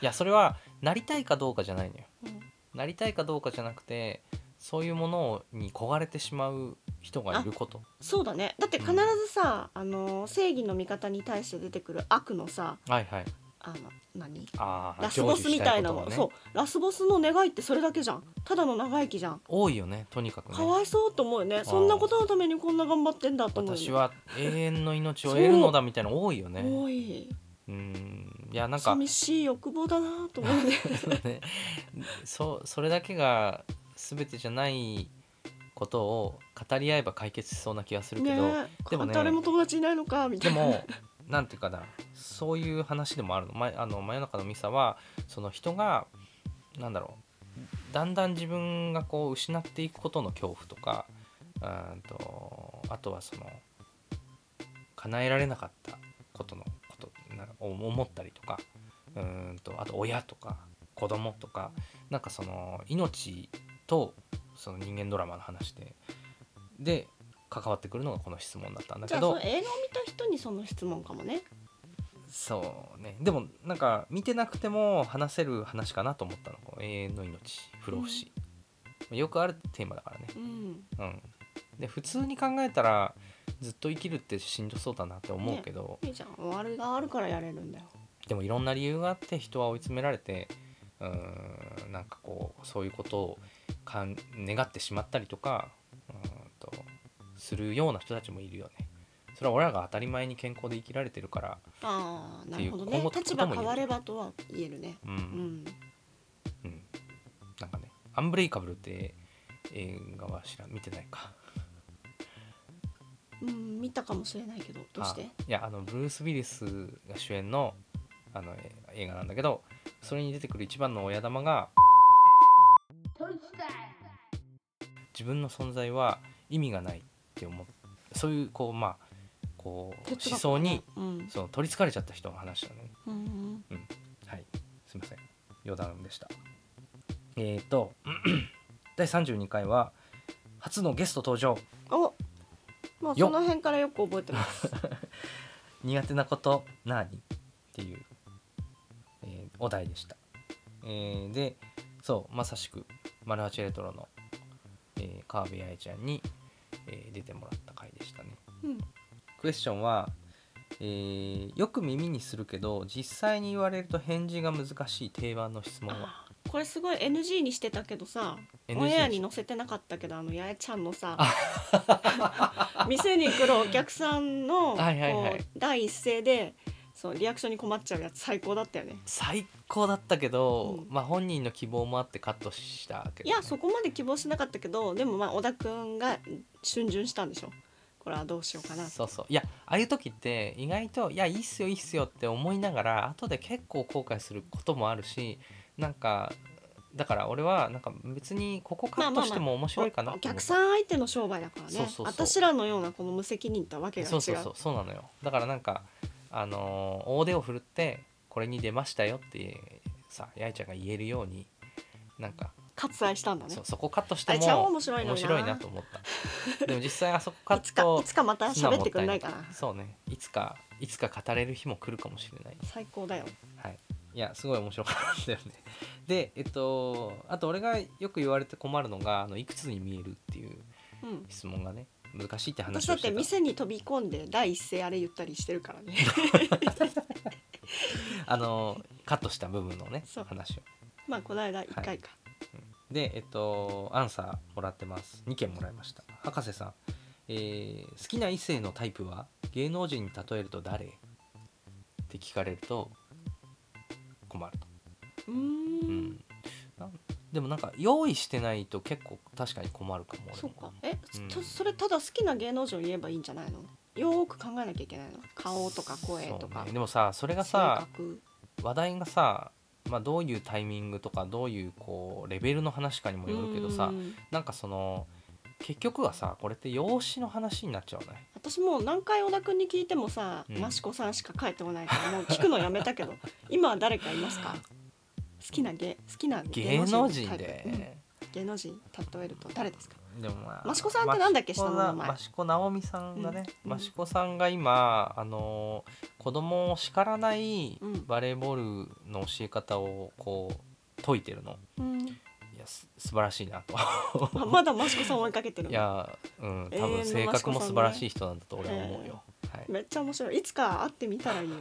C: やそれはなりたいかどうかじゃないのよ
B: うん
C: なりたいかどうかじゃなくてそういうものに焦がれてしまう人がいること
B: そうだねだって必ずさ、あの正義の味方に対して出てくる悪のさ
C: はいはい
B: あの何
C: あー
B: ラスボスみたいな
C: 成
B: の
C: 就し
B: そ
C: こ
B: うラスボスの願いってそれだけじゃんただの長生きじゃん
C: とはね多いよねとにかくね
B: かわいそうと思うよねそんなことのためにこんな頑張ってんだと思うよね
C: 私は永遠の命を得るのだみたいなの多いよね
B: おい、
C: うんいやなんか
B: 寂しい欲望だなと思う ね
C: ねそうそれだけが全てじゃないことを語り合えば解決しそうな気がするけど、
B: ね
C: でもね
B: 誰も友達いないのかみた
C: で
B: いな
C: もなんていうかなそういう話でもあるの,、ま、あの真夜中のミサはその人がなんだろうだんだん自分がこう失っていくことの恐怖とかうーんとあとはその叶えられなかったことのことなを思ったりとかうーんとあと親とか子供とかなんかその命とその人間ドラマの話でで関わってくるのがこの質問だったんだ
B: じゃ
C: け
B: あそ
C: ど
B: の。映画を見た人にその質問かもね
C: そうねでもなんか見てなくても話せる話かなと思ったのこの永遠の命不老不死、よくあるテーマだからね
B: うん
C: うんで普通に考えたらずっと生きるってしんどそうだなって思うけど、
B: いいじゃん終わりがあるからやれるんだよ
C: でもいろんな理由があって人は追い詰められてうーんなんかこうそういうことをかん願ってしまったりとかうーんとするような人たちもいるよねそれは俺らが当たり前に健康で生きられてるから
B: ああなるほど
C: っていう
B: ね
C: ことも
B: 立場変わればとは言えるね
C: う
B: うんん
C: うん、なんかね「アンブレイカブル」って映画は知ら見てないか
B: うん見たかもしれないけどどうして
C: あいやあのブルース・ウィリスが主演のあのえ映画なんだけどそれに出てくる一番の親玉が自分の存在は意味がないって思うそういうこうまあこう思
B: 哲学
C: 想に
B: うん
C: その取りつかれちゃった人の話だね
B: うんうん
C: はい、すみません、余談でした。えっ、ー、と、 第32回は、初のゲスト登場、
B: おまあ
C: よ
B: その辺からよく覚えてます
C: 苦手なこと、なにっていう、えーお題でした。えーで、そう、まさしく、マルハチレトロの、えー、川辺愛ちゃんに、えー出てもらった回でしたね。
B: うん
C: クエスチョンは、えーよく耳にするけど実際に言われると返事が難しい定番の質問は
B: あーこれすごい NG にしてたけどさ
C: NG
B: オンエアに
C: で
B: 載せてなかったけどあの八重ちゃんのさ店に来るお客さんの
C: はいはいはい
B: こう第一声でそうリアクションに困っちゃうやつ最高だったよね
C: 最高だったけど、
B: う
C: まあ本人の希望もあってカットしたけど
B: い
C: ね、
B: やそこまで希望しなかったけどでもまあ小田くんが逡巡したんでしょこれはどうしようかな
C: そうそういやああいう時って意外といやいいっすよいいっすよって思いながら後で結構後悔することもあるしなんかだから俺はなんか別にここカットしても面白いかな
B: お
C: と思って
B: 客さん相手の商売だからね
C: そうそうそう
B: 私らのようなこの無責任とはわけが違
C: そううそうそうそうなのよだからなんかあのー大手を振るってこれに出ましたよってさやいちゃんが言えるようになんか
B: 割愛したんだね
C: そそこカットして
B: あ
C: も
B: れちゃん面白いの
C: 面
B: に
C: 白いな
B: な
C: と思 ったでも実際あそこカ
B: いつか
C: ッ
B: いつかまた
C: トするのはも
B: 喋っ
C: って
B: く
C: た
B: ん
C: い
B: な
C: ない
B: かな
C: そうねいつかいつか語れる日も来るかもしれない
B: 最高だよ
C: はいいやすごい面白かったんだよね でえっとあと俺がよく言われて困るのがあのいくつに見えるっていう
B: うん
C: 質問がね難しいって
B: 私
C: 話
B: だ
C: を
B: っ
C: して
B: て
C: た
B: 店に飛び込んで第一声あれ言ったりしてるからね
C: あのカットした部分のね
B: そう
C: 話を
B: まあこの間一回か、
C: でえっとアンサーもらってます2件もらいました博士さん、えー好きな異性のタイプは芸能人に例えると誰って聞かれると困ると、
B: うーん
C: うん、なんでもなんか用意してないと結構確かに困るかも俺も
B: そうかえ、
C: うん
B: そそれただ好きな芸能人を言えばいいんじゃないのよーく考えなきゃいけないの顔とか声と
C: そ
B: か、
C: うねでもさそれが
B: 性
C: さ
B: 格
C: 話題がさ、まあ、どういうタイミングとかどういうこうレベルの話かにもよるけどさ
B: うん
C: なんかその結局はさこれって容姿の話になっちゃうね
B: 私もう何回小田君に聞いてもさ、
C: うん
B: 益子さんしか書いてもないからもう聞くのやめ たけど今は誰かいますか好きな芸好きな
C: 芸能人
B: タイプうん
C: で、
B: 芸能人例えると誰ですか
C: でもま
B: 益子さんってなんだっけ
C: 益子
B: 下の名前
C: な益子直美さんがね、
B: うん
C: 益子さんが今あの子供を叱らない
B: うん
C: バレーボールの教え方をこう解いてるの、
B: うん
C: いやす素晴らしい なと
B: ままだ益子さん追いかけてる
C: いやうん多
B: 永遠
C: 分
B: の
C: 性格も
B: 益子さんね
C: 素晴らしい人なんだと俺は思うよ、はい、
B: めっちゃ面白いいつか会ってみたらいいよ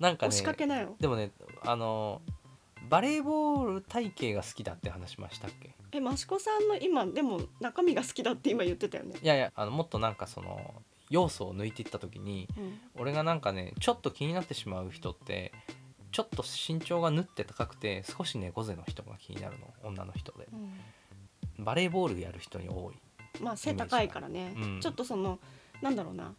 C: なんか
B: 押
C: ね
B: しかけなよ
C: でもねあのバレーボール体型が好きだって話しましたっけ
B: え益子さんの今でも中身が好きだって今言ってたよね
C: いやいやあのもっとなんかその要素を抜いていった時に
B: うん
C: 俺がなんかねちょっと気になってしまう人ってちょっと身長が縫って高くて少し猫背の人が気になるの女の人で
B: うん
C: バレーボールやる人に多い
B: まあ背高いからね、
C: うん
B: ちょっとそのなんだろうな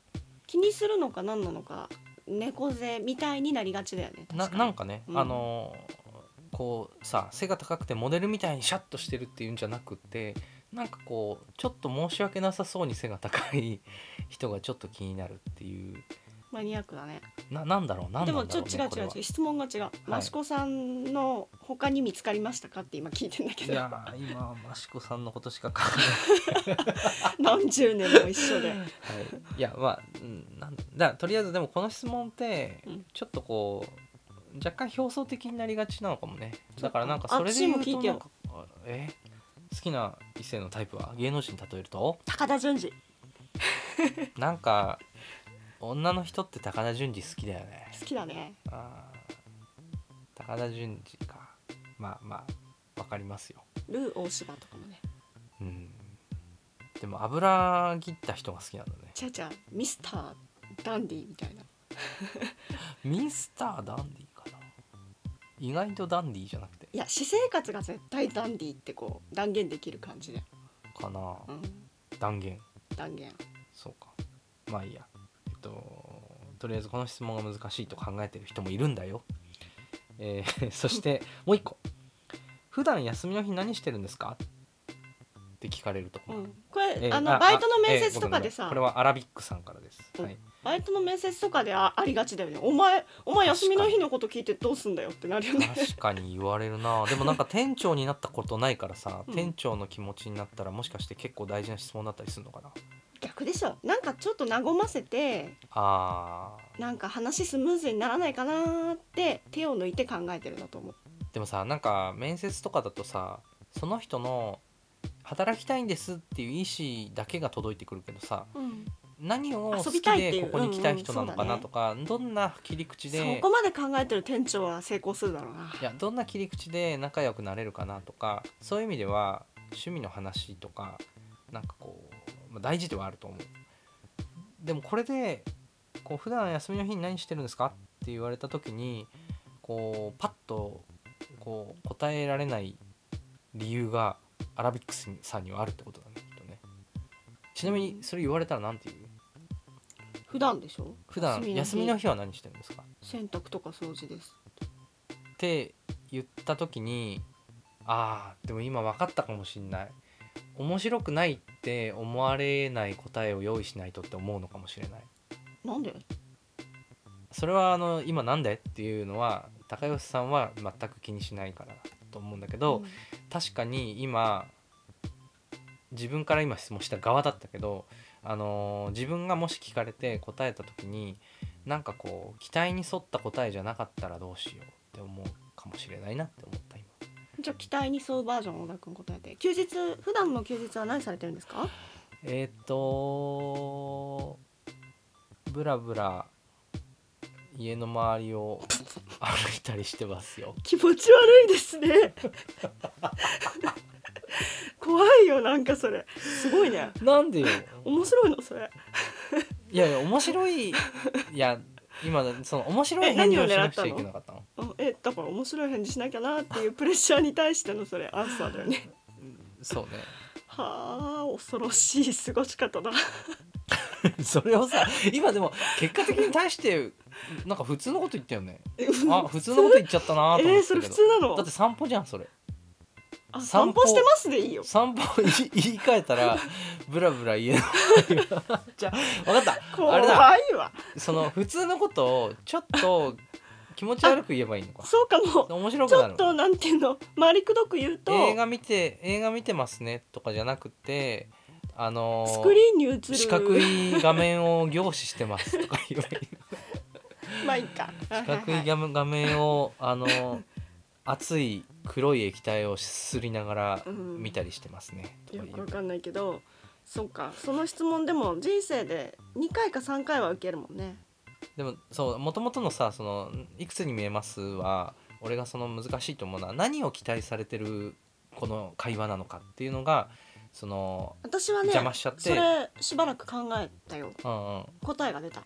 B: 気にするのか何なのか猫背みたいになりがちだよね
C: な
B: 確かに
C: なんかね、
B: うん
C: あのーこうさ背が高くてモデルみたいにシャッとしてるっていうんじゃなくてなんかこうちょっと申し訳なさそうに背が高い人がちょっと気になるっていう
B: マニアックだね
C: ななんだろうなん
B: で
C: なんだろう、
B: も
C: ね、
B: ちょっと違う
C: こ
B: 違
C: れ
B: う
C: は
B: 違う質問が違う、
C: はい
B: 益子さんの他に見つかりましたかって今聞いてんだけ
C: い
B: ど
C: やー今益子さんのことしか考
B: 何十年も 一緒で
C: えない、はい、いやまあ、うん、なんだとりあえずでもこの質問って
B: うん
C: ちょっとこう若干表層的になりがちなのかもねだからなんか
B: そう
C: それで言う
B: あ私も聞い
C: と
B: てよ
C: なんかあえ好きな異性のタイプは芸能人に例えると
B: 高田純次
C: なんか女の人って高田純次好きだよね
B: 好きだね
C: あー高田純次かまあまあわかりますよ
B: ルー大柴とかもね
C: うんでも油切った人が好きなんだね
B: ちゃちゃミスターダンディみたいな
C: ミスターダンディかな意外とダンディじゃなくて
B: いや私生活が絶対ダンディってこう断言できる感じで、
C: かな
B: うん、
C: 断言
B: 断言
C: そうかまあいいやえっととりあえずこの質問が難しいと考えてる人もいるんだよ、えー そしてもう一個普段休みの日何してるんですかって聞かれると、
B: うん、これ、
C: えー
B: あのバイトの面接とかで
C: えーごめんごめん
B: さ、
C: これはアラビックさんからです、
B: うん
C: はい、
B: バイトの面接とかであありがちだよねお前お前休みの日のこと聞いてどうすんだよってなるよね
C: 確かに言われるな でもなんか店長になったことないからさ、
B: うん
C: 店長の気持ちになったらもしかして結構大事な質問だったりするのかな
B: 逆でしょなんかちょっと和ませて
C: あー
B: なんか話スムーズにならないかなーって手を抜いて考えてるんだと思う
C: でもさなんか面接とかだとさその人の働きたいんですっていう意思だけが届いてくるけどさ
B: うん、
C: 何を好
B: 遊
C: き
B: びたいってい
C: で
B: う
C: ここに来たい人
B: うんう
C: なんのかなとか、どんな切り口
B: そ
C: で
B: こまで考えてる店長は成功するだろうない
C: やどんな切り口で仲良くなれるかなとかそういう意味では趣味の話とかなんかこう、まあ、大事ではあると思うでもこれでこう普段休みの日に何してるんですかって言われた時にこうパッとこう答えられない理由がアラビックスさんにはあるってことだねきっとねちなみにそれ言われたら何て言う
B: 普段でしょ
C: 普段休みの日は何してるんですか
B: 洗濯とか掃除です
C: って言った時にあーでも今分かったかもしんない面白くないって思われない答えを用意しないとって思うのかもしれない
B: なんで
C: それはあの今なんでっていうのは高吉さんは全く気にしないからだと思うんだけど、
B: うん
C: 確かに今自分から今質問した側だったけど、あのー自分がもし聞かれて答えた時になんかこう期待に沿った答えじゃなかったらどうしようって思うかもしれないなって思った今。
B: じゃあ期待に沿うバージョン小田君答えて休日普段の休日は何されてるんですか
C: えーっとブラブラ家の周り を歩いたりしてますよ。
B: 気持ち悪いですね 怖いよなんかそれすごいね
C: なんでよ。
B: 面白いのそれ
C: いやいや面白い。いや今その面白い返事をしなくちゃいけなかったの。
B: あえだから面白い返事しなきゃなっていうプレッシャーに対してのそれアンサーだよね
C: そう
B: はあ恐ろしい過ごし方だ
C: ね。 それをさ今でも結果的に対してなんか普通のこと言ったよね。あ普通のこと言っちゃったな
B: え
C: と思
B: ー、
C: った
B: そ
C: け
B: れ
C: ど。
B: 普通なの
C: だって散歩じゃんそれ。
B: あ散
C: 散歩
B: 歩してますでいいよ
C: 散歩い 言い換えたらブラブラ家の周りをじゃあ分かった。
B: 怖
C: あ
B: い
C: れだ
B: わ
C: その普通のことをちょっと気持ち悪く言えばいいのか
B: そうかも
C: 面白く
B: ち
C: な
B: ょ
C: る
B: っ
C: の
B: となんていうの回りくどく言うと
C: 映画見て映画見てますねとかじゃなくてあのー
B: スクリーンに映る
C: 四角い画面を凝視してますとか言えばいいの
B: まあいいか
C: 四角い画面画面をあのー熱い黒い液体をすすりながら
B: うん
C: 見たりしてますね、と
B: よ
C: か
B: く
C: 言
B: わ
C: う
B: かんないけどそうかその質問でも人生で2回か3回は受けるもんね
C: でもそうもともとのさその「いくつに見えますは」俺がその難しいと思うのは何を期待されてるこの会話なのかっていうのがその
B: 私はね
C: 邪魔しちゃって
B: それしばらく考えたよ
C: うんうん
B: 答えが出た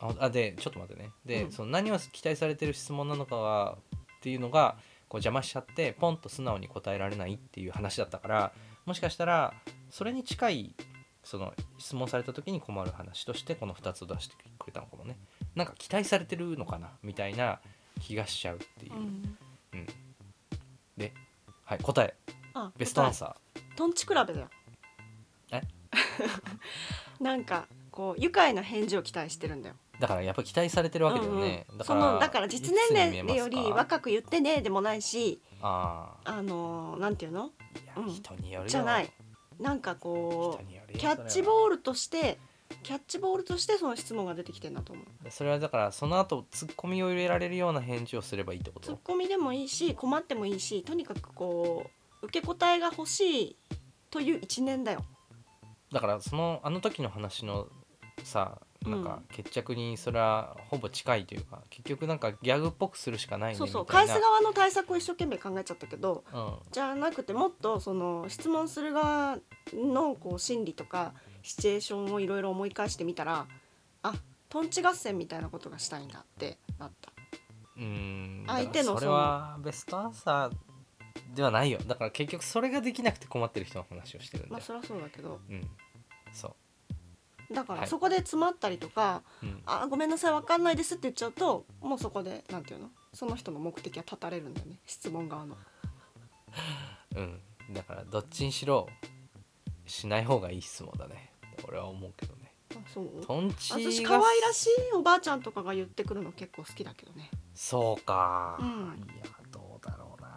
C: ああでちょっと待ってねで、
B: うん
C: その何を期待されてる質問なのかはっていうのがこう邪魔しちゃってポンと素直に答えられないっていう話だったからもしかしたらそれに近いその質問された時に困る話としてこの2つを出してくれたのかもねなんか期待されてるのかなみたいな気がしちゃうっていう、はい答え
B: あ
C: ベストアンサ
B: ートンチ比べだよ
C: え
B: なんかこう愉快な返事を期待してるんだよ
C: ーだからやっぱり期待されてるわけだよね、
B: うんうん
C: だ
B: そ
C: から
B: のだから実年齢でよ
C: いつに見
B: り
C: えますか
B: 若く言ってねでもないし
C: あ
B: あのーなんていうの
C: ーいや
B: うん
C: 人によるよ
B: じゃないなんかこ
C: 人による
B: う
C: よ
B: キャッチボールとしてキャッチボールとしてその質問が出てきてんだと思う
C: それはだからその後ツッコミを入れられるような返事をすればいいってこ
B: ツッ
C: と
B: コミでもいいし困ってもいいしとにかくこう受け答えが欲しいという一年だよ
C: だからそのあの時の話のさなんか決着にそれはほぼ近いというか、結局なんかギャグっぽくするしかないね
B: そう
C: みたい
B: そ
C: うな
B: 返す側の対策を一生懸命考えちゃったけど
C: うん
B: じゃなくてもっとその質問する側のこう心理とかシチュエーションをいろいろ思い返してみたらあトンチ合戦みたいなことがしたいんだってなった
C: うん
B: 相手の
C: だからそ
B: そ
C: れ
B: の
C: はベストアンサーではないよだから結局それができなくて困ってる人の話をしてるんだ
B: まあ
C: よ、
B: そりゃそうだけど
C: うんそ
B: だか
C: は
B: ら
C: い
B: そこで詰まったりとか
C: う、うん
B: 「あごめんなさいわかんないです」って言っちゃうともうそこでなんていうのその人の目的は断たれるんだよね質問側の。
C: うん、だからどっちにしろしない方がいい質問だね俺は思うけどね
B: あそう
C: トンチが
B: 私可愛らしいおばあちゃんとかが言ってくるの結構好きだけどね
C: そうか、
B: うん
C: いやどうだろうな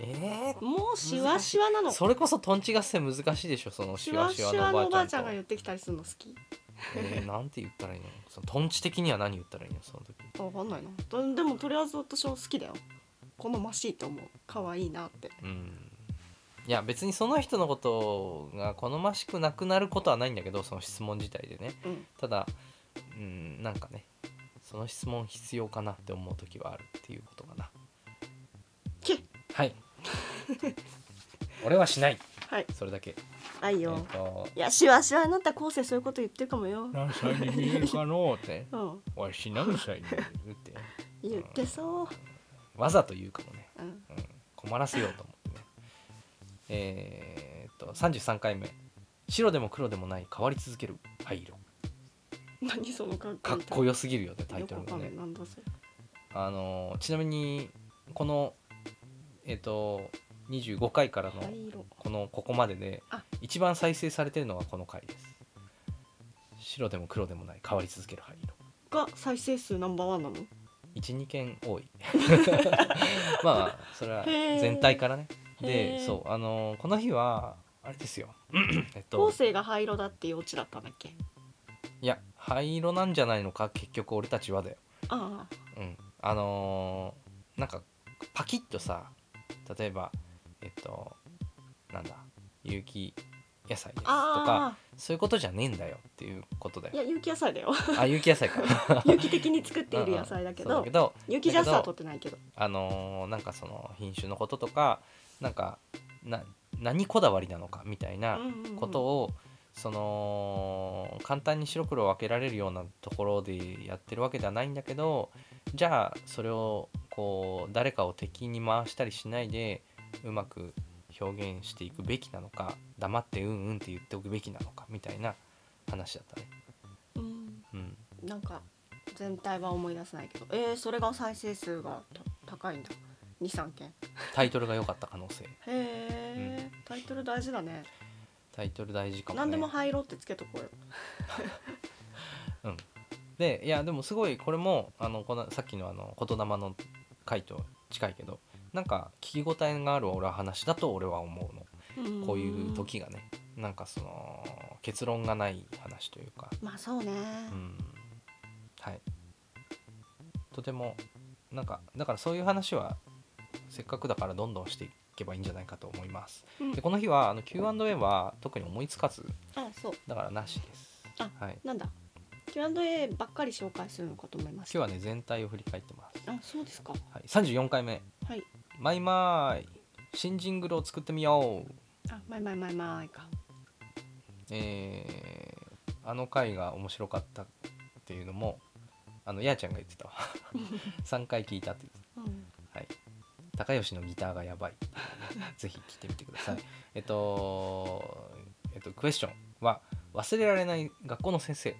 C: え
B: もうしわしわな
C: ー、
B: のし
C: それこそトンチ合戦難しいでしょそのし
B: わ
C: わし
B: し
C: わ
B: わの
C: の
B: お
C: お
B: ば
C: ば
B: あ
C: あ
B: ち
C: ち
B: ゃ
C: ゃ
B: ん
C: ん
B: が
C: と
B: 言ってきたりするの好き
C: えーなんて言ったらいいのそのトンチ的には何言ったらいいのその時
B: わかんないなとでもとりあえず私は好きだよ好ましいと思う可愛いなって
C: うんいや別にその人のことが好ましくなくなることはないんだけどその質問自体でね
B: うん
C: ただうんなんかねその質問必要かなって思う時はあるっていうことかな
B: け
C: はい俺はしない
B: はい
C: それだけ
B: 愛
C: え
B: よ、
C: っと
B: いやしわしわになった後世そういうこと言ってるかもよ
C: 何歳に見えるかのうって
B: うん
C: わし何歳に見えるって
B: 言ってそう、
C: わざと言うかもね、
B: うん、
C: うん、困らせようと思ってねえー、っと33回目白でも黒でもない変わり続ける灰色
B: 何そのかっこ
C: かっ
B: いい
C: こよすぎるよねタイ
B: よ
C: トル
B: くわか
C: が
B: んな
C: ね
B: いなんだそれ
C: あのちなみにこのえーっと25回からの
B: 灰色
C: このここまでで
B: あ
C: 一番再生されてるのがこの回です白でも黒でもない変わり続ける灰色
B: が再生数ナンバーワンなの
C: 12件多い まあそれは
B: へー
C: 全体からね
B: へ
C: で
B: ー
C: そうあのこの日はあれですよ えっ
B: 後
C: と
B: 世が灰色だっていうオチだったんだっけ
C: いや灰色なんじゃないのか結局俺たちはだよ
B: あ
C: うんあのーなんかパキッとさ例えばえっとなんだ有機野菜ですと
B: ああ
C: か
B: あ
C: そういうことじゃねえんだよっていうことだ
B: い
C: よ
B: や有機野菜だよ
C: あ有機野 菜か
B: 有機的に作っている野菜だけ
C: うん
B: ど
C: うんそうだけど
B: 有機ジャスは取ってないけど
C: あのーなんかその品種のこととかなんかな何こだわりなのかみたいな
B: うんうんうん
C: ことを、その簡単に白黒を分けられるようなところでやってるわけではないんだけどじゃあそれをこう誰かを敵に回したりしないでうまく表現していくべきなのか黙ってうんうんって言っておくべきなのかみたいな話だったね。
B: うん
C: うん、
B: なんか全体は思い出せないけどえー、それが再生数がた高いんだ23件へ
C: タイトルが良かった可能性
B: え、タイトル大事だね
C: タイトル大事かも、ね、
B: 何でも灰色ってつけとこうよ
C: でいやでもすごいこれもあのこのさっきのあの言霊の回と近いけどなんか聞き応えがある俺は話だと俺は思うのこういう時がねなんかその結論がない話というか
B: まあそうね、
C: うんはいとてもなんかだからそういう話はせっかくだからどんどんしていけばいいんじゃないかと思います。
B: うん
C: でこの日はあの Q&A は特に思いつかず
B: あそう
C: だからなしです。
B: あ
C: はい、
B: なんだ Q&A ばっかり紹介するのかと思いま
C: 今
B: し
C: 日
B: た
C: はね全体を振り返ってます。
B: あそうですか
C: はい、34回目
B: はい
C: 「マイマイ新ジングルを作ってみよう
B: あまいまいまいまいか」
C: えーあの回が面白かったっていうのもあのやーちゃんが言ってたわ 3回聞いたって言ってた
B: うん
C: 高吉のギターがやばい。ぜひ聞いてみてくださ い。えっと、えっと、クエスチョンは忘れられない学校の先生。ど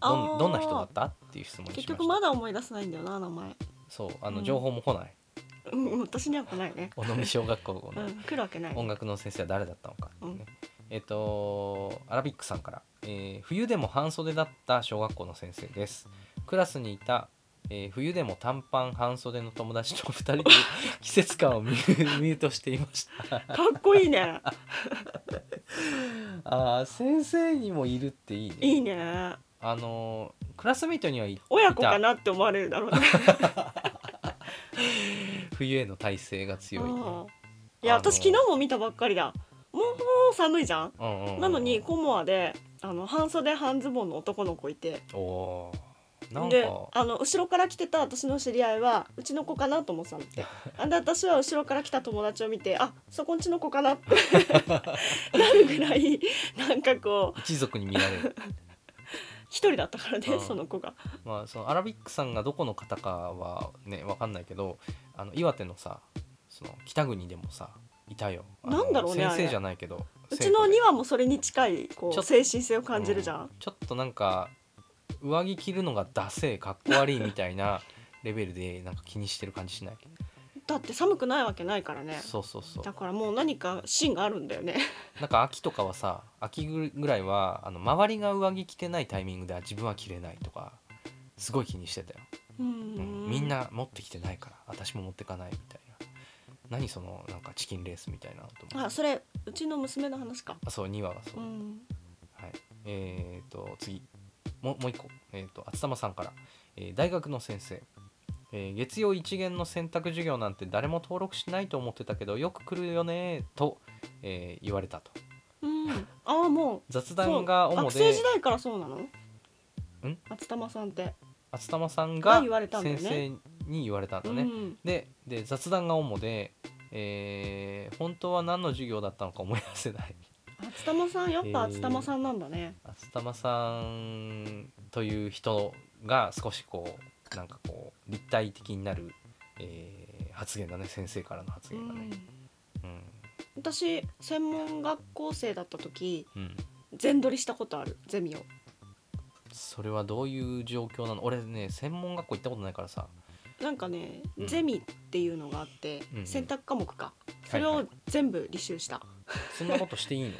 B: あー
C: んどんな人だったっていう質問にしまし
B: 結
C: た。
B: 局まだ思い出せないんだよな名前
C: そう、あの、
B: うん
C: 情報も来 ない。
B: うん私には来ないね
C: 尾道小学校
B: う
C: の
B: ん来るわけない
C: 音楽の先生は誰だったのかっていうね。えっと、アラビックさんから、えー冬でも半袖だった小学校の先生です。クラスにいた、えー冬でも短パン半袖の友達と2人で 季節感 をミューミュートしていました。
B: かっこいいね
C: あー先生にもいるっていいね
B: いいね
C: あのークラスメートにはい
B: 親子かなって思われるだろうね
C: 冬への耐性が強い、ね
B: いや
C: あの
B: 私昨日も見たばっかりだもうもう寒いじゃん
C: うんうんうん
B: なのにコモアであの半袖半ズボンの男の子いて
C: おーなん
B: で
C: か
B: あの後ろから来てた私の知り合いはうちの子かなと思ってたのあで私は後ろから来た友達を見てあそこんちの子かなって なるぐらいなんかこう
C: 一族に見られる
B: 一人だったから
C: う
B: ね
C: ん
B: その子が
C: まあそのアラビックさんがどこの方かはねわかんないけどあの岩手のさその北国でもさいたよあの
B: なんだろうねあれ
C: 先生じゃないけど
B: うち
C: 生徒
B: の
C: で
B: 2話もそれに近い
C: ちょ
B: こう
C: っと
B: 精神性を感じるじゃん、
C: うちょっとなんか上着着るのがダセえかっこ悪いみたいな レベルでなんか気にしてる感じしない
B: だって寒くないわけないからね
C: そうそうそう
B: だからもう何か芯があるん だよね
C: なんか秋とかはさ秋ぐらいはあの周りが上着着てないタイミングでは自分は着れないとかすごい気にしてたよ、
B: う
C: うん
B: ん
C: みんな持ってきてないから私も持ってかないみたいな何そのなんかチキンレースみたいなのと思っ
B: あ
C: て
B: それうちの娘の話か
C: あそう2話がそうう、
B: ん
C: はいえー、と次ももう一個えー、と厚玉さんから、えー大学の先生えー月曜一元の選択授業なんて誰も登録しないと思ってたけどよく来るよねと、えー言われたと
B: うんああもう
C: 雑
B: そう
C: 談が主
B: 学
C: で
B: 生時代からそうなの
C: ん
B: 厚玉さんって、
C: 厚玉さん
B: が
C: が
B: 言われたんだよ
C: 先
B: ね
C: 生に言われたん
B: う
C: だね。
B: ん、
C: でで雑談が主で、えー本当は何の授業だったのか思い出せない
B: 厚玉さんやっぱ厚玉さんなんだね、
C: 厚玉さんという人が少しこうなんかこう立体的になる、えー発言だね先生からの発言だね。うん
B: 私専門学校生だった時
C: うん
B: 全取りしたことあるゼミを
C: それはどういう状況なの俺ね専門学校行ったことないからさ
B: なんかね、
C: うん
B: ゼミっていうのがあって、
C: うんうん
B: 選択科目かそ
C: はい
B: れ
C: はい
B: を全部履修した、
C: そんなことしていい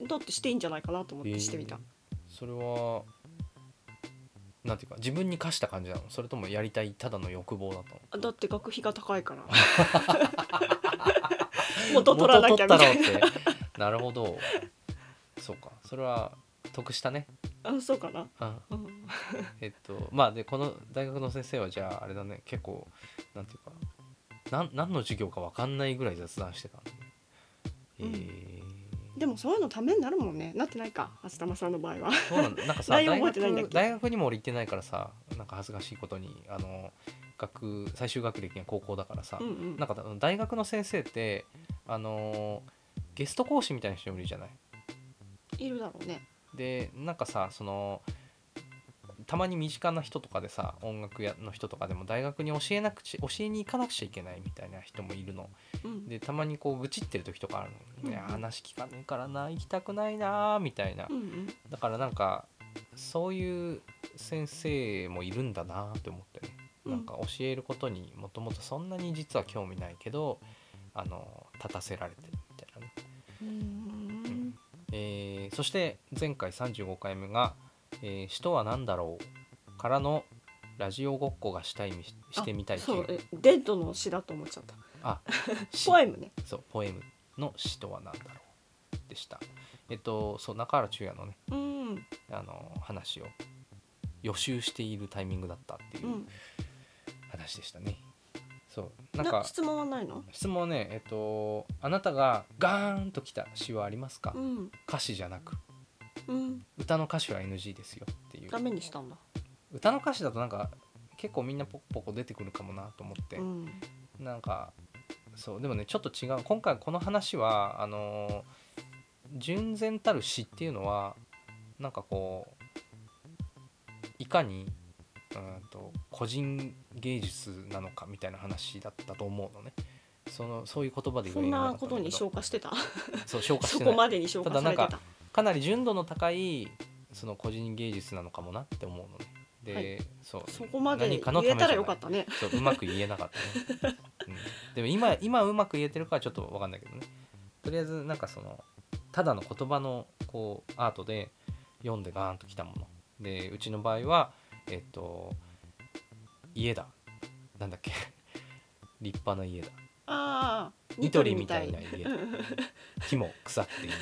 C: の
B: だってしていいんじゃないかなと思ってしてみた、
C: えーそれはなんていうか自分に課した感じなのそれともやりたいただの欲望だったの
B: だって学費が高 いから元取らなきゃみたい
C: 元取ったろうってなるほどそうかそれは得したね
B: なあ そうかな、
C: あ
B: うん
C: えっとまあでこの大学の先生はじゃああれだね結構なんていうかなん何の授業か分かんないぐらい雑談してたんだねえー
B: でもそういうのためになるもんねなってないか厚玉さんの場合は
C: そうなんだなんかさ
B: 内容
C: 大
B: 覚えてないんだっ
C: 学
B: け
C: 大学にも俺行ってないからさなんか恥ずかしいことにあの学最終学歴が高校だからさ、
B: うんうん
C: なんかあの大学の先生ってあのゲスト講師みたいな人もいるじゃない
B: いるだろうね
C: でなんかさそのたまに身近な人とかでさ音楽やの人とかでも大学に教えなくち教えに行かなくちゃいけないみたいな人もいるの
B: うん
C: でたまにこう愚痴ってる時とかある
B: う
C: の「
B: んうん
C: いや話聞かねえからな行きたくないな」みたいな
B: うんうん
C: だからなんかそういう先生もいるんだなって思ってね
B: うん
C: なんか教えることにもともとそんなに実は興味ないけどあの立たせられてるみたいなね
B: うーん
C: えーそして前回35回目が「えー、死とは何だろう?」からのラジオごっこがしたいみししてみたいってい
B: そう
C: う
B: えデッドの詩だと思っちゃった
C: あ詩
B: ポエムね
C: そうポエムの「死とは何だろう?」でしたえっとそう中原中也のね
B: うんうん
C: あの話を予習しているタイミングだったっていう話でしたね、そうなんか
B: 質問はないの
C: 質問はねえっとあなたがガーンときた詩はありますか、
B: うん
C: 歌詞じゃなく
B: うん
C: 歌の歌詞は NG ですよっていう
B: ダメにしたんだ
C: 歌の歌詞だとなんか結構みんなポコポコ出てくるかもなと思って、
B: うん
C: なんかそうでもねちょっと違う今回この話はあのー純然たる詩っていうのはなんかこういかにうーんと個人芸術なのかみたいな話だったと思うのねそのそういう言葉で
B: そ
C: 言え
B: ん
C: なか
B: な
C: った
B: こ
C: んだ
B: と
C: けど
B: に消化してた
C: そう消化し
B: そ
C: てな
B: こ
C: い
B: までに消化されて
C: ただ
B: た
C: かなり純度の高いその個人芸術なのかもなって思うのねで、
B: はい
C: そう
B: そこまで
C: 何
B: に
C: かの
B: 言
C: ためじゃ
B: えた
C: な
B: ら
C: い
B: よかったね
C: そううまく言えなかった ね、うん、でも今今うまく言えてるかはちょっと分かんないけどねとりあえずなんかそのただの言葉のこうアートで読んでガーンときたものでうちの場合はえっと家だなんだっけ 立派な家だ
B: ああ
C: ニトリみたいな家だ
B: うんうん
C: 木も腐ってい ない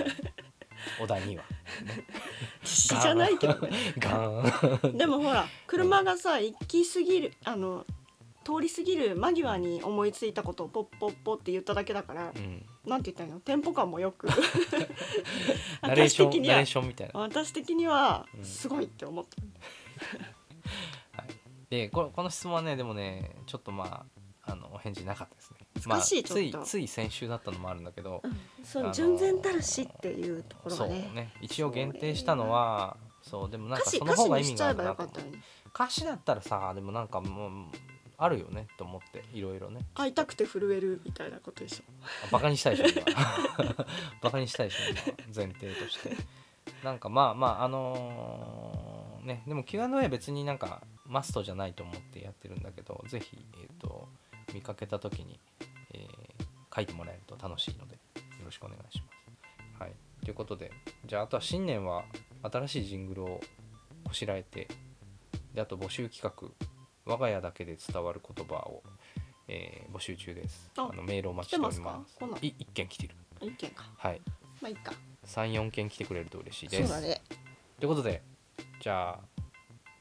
C: お題には
B: 知らないけどね
C: ガーン
B: でもほら車がさ行き過ぎるあの通り過ぎる間際に思いついたことをポッポッポって言っただけだから
C: うん
B: なんて言ったらいいのテンポ感 もよく
C: ナレー
B: 私
C: ショ
B: 的
C: ン
B: に
C: ナレ
B: は
C: ーションみたいな。
B: 私的には
C: うん
B: すごいって思った、
C: でここの質問はねでもねちょっとまああのお返事なかったですね。
B: 難しい
C: まあつい
B: ちょっと
C: つい先週だったのもあるんだけど、
B: そ
C: あの
B: う
C: ー
B: 純然たるしっていうところ
C: そ
B: が
C: う
B: ね
C: ね一応限定したのはそうでもなん
B: 歌
C: か
B: 詞
C: その
B: 歌
C: 方
B: 詞
C: が意
B: にし
C: 味
B: ち
C: が
B: ゃ
C: あ
B: え
C: る
B: ば
C: な
B: よ
C: と
B: かっ
C: 思
B: た
C: う
B: のに
C: 歌詞だったらさでもなんかもうあるよねと思っていろいろね
B: 会いたくて震えるみたいなことでしょ
C: あ バカにしたいでしょ今 バカにしたいでしょ今前提としてなんかまあまああのーねでも Q&A は別になんかマストじゃないと思ってやってるんだけどぜひ、えー、と見かけた時に、えー書いてもらえると楽しいのでよろしくお願いしますはいということでじゃああとは新年は新しいジングルをこしらえてであと募集企画我が家だけで伝わる言葉を、えー募集中です
B: あ
C: あのメールをお待ちしており
B: 来てま
C: ます
B: すか来ない
C: い一件来てる
B: 意見か
C: はい
B: まあいいか
C: 三四件来てくれると嬉しい
B: そ
C: で
B: う
C: す
B: だね
C: ということでじゃあ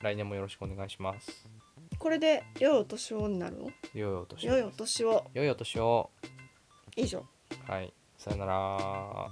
C: 来年もよろしくお願いします
B: これで良いお年をになるの
C: 良いお年を
B: 良いお年を
C: 良いお年を
B: 以上
C: はいさよなら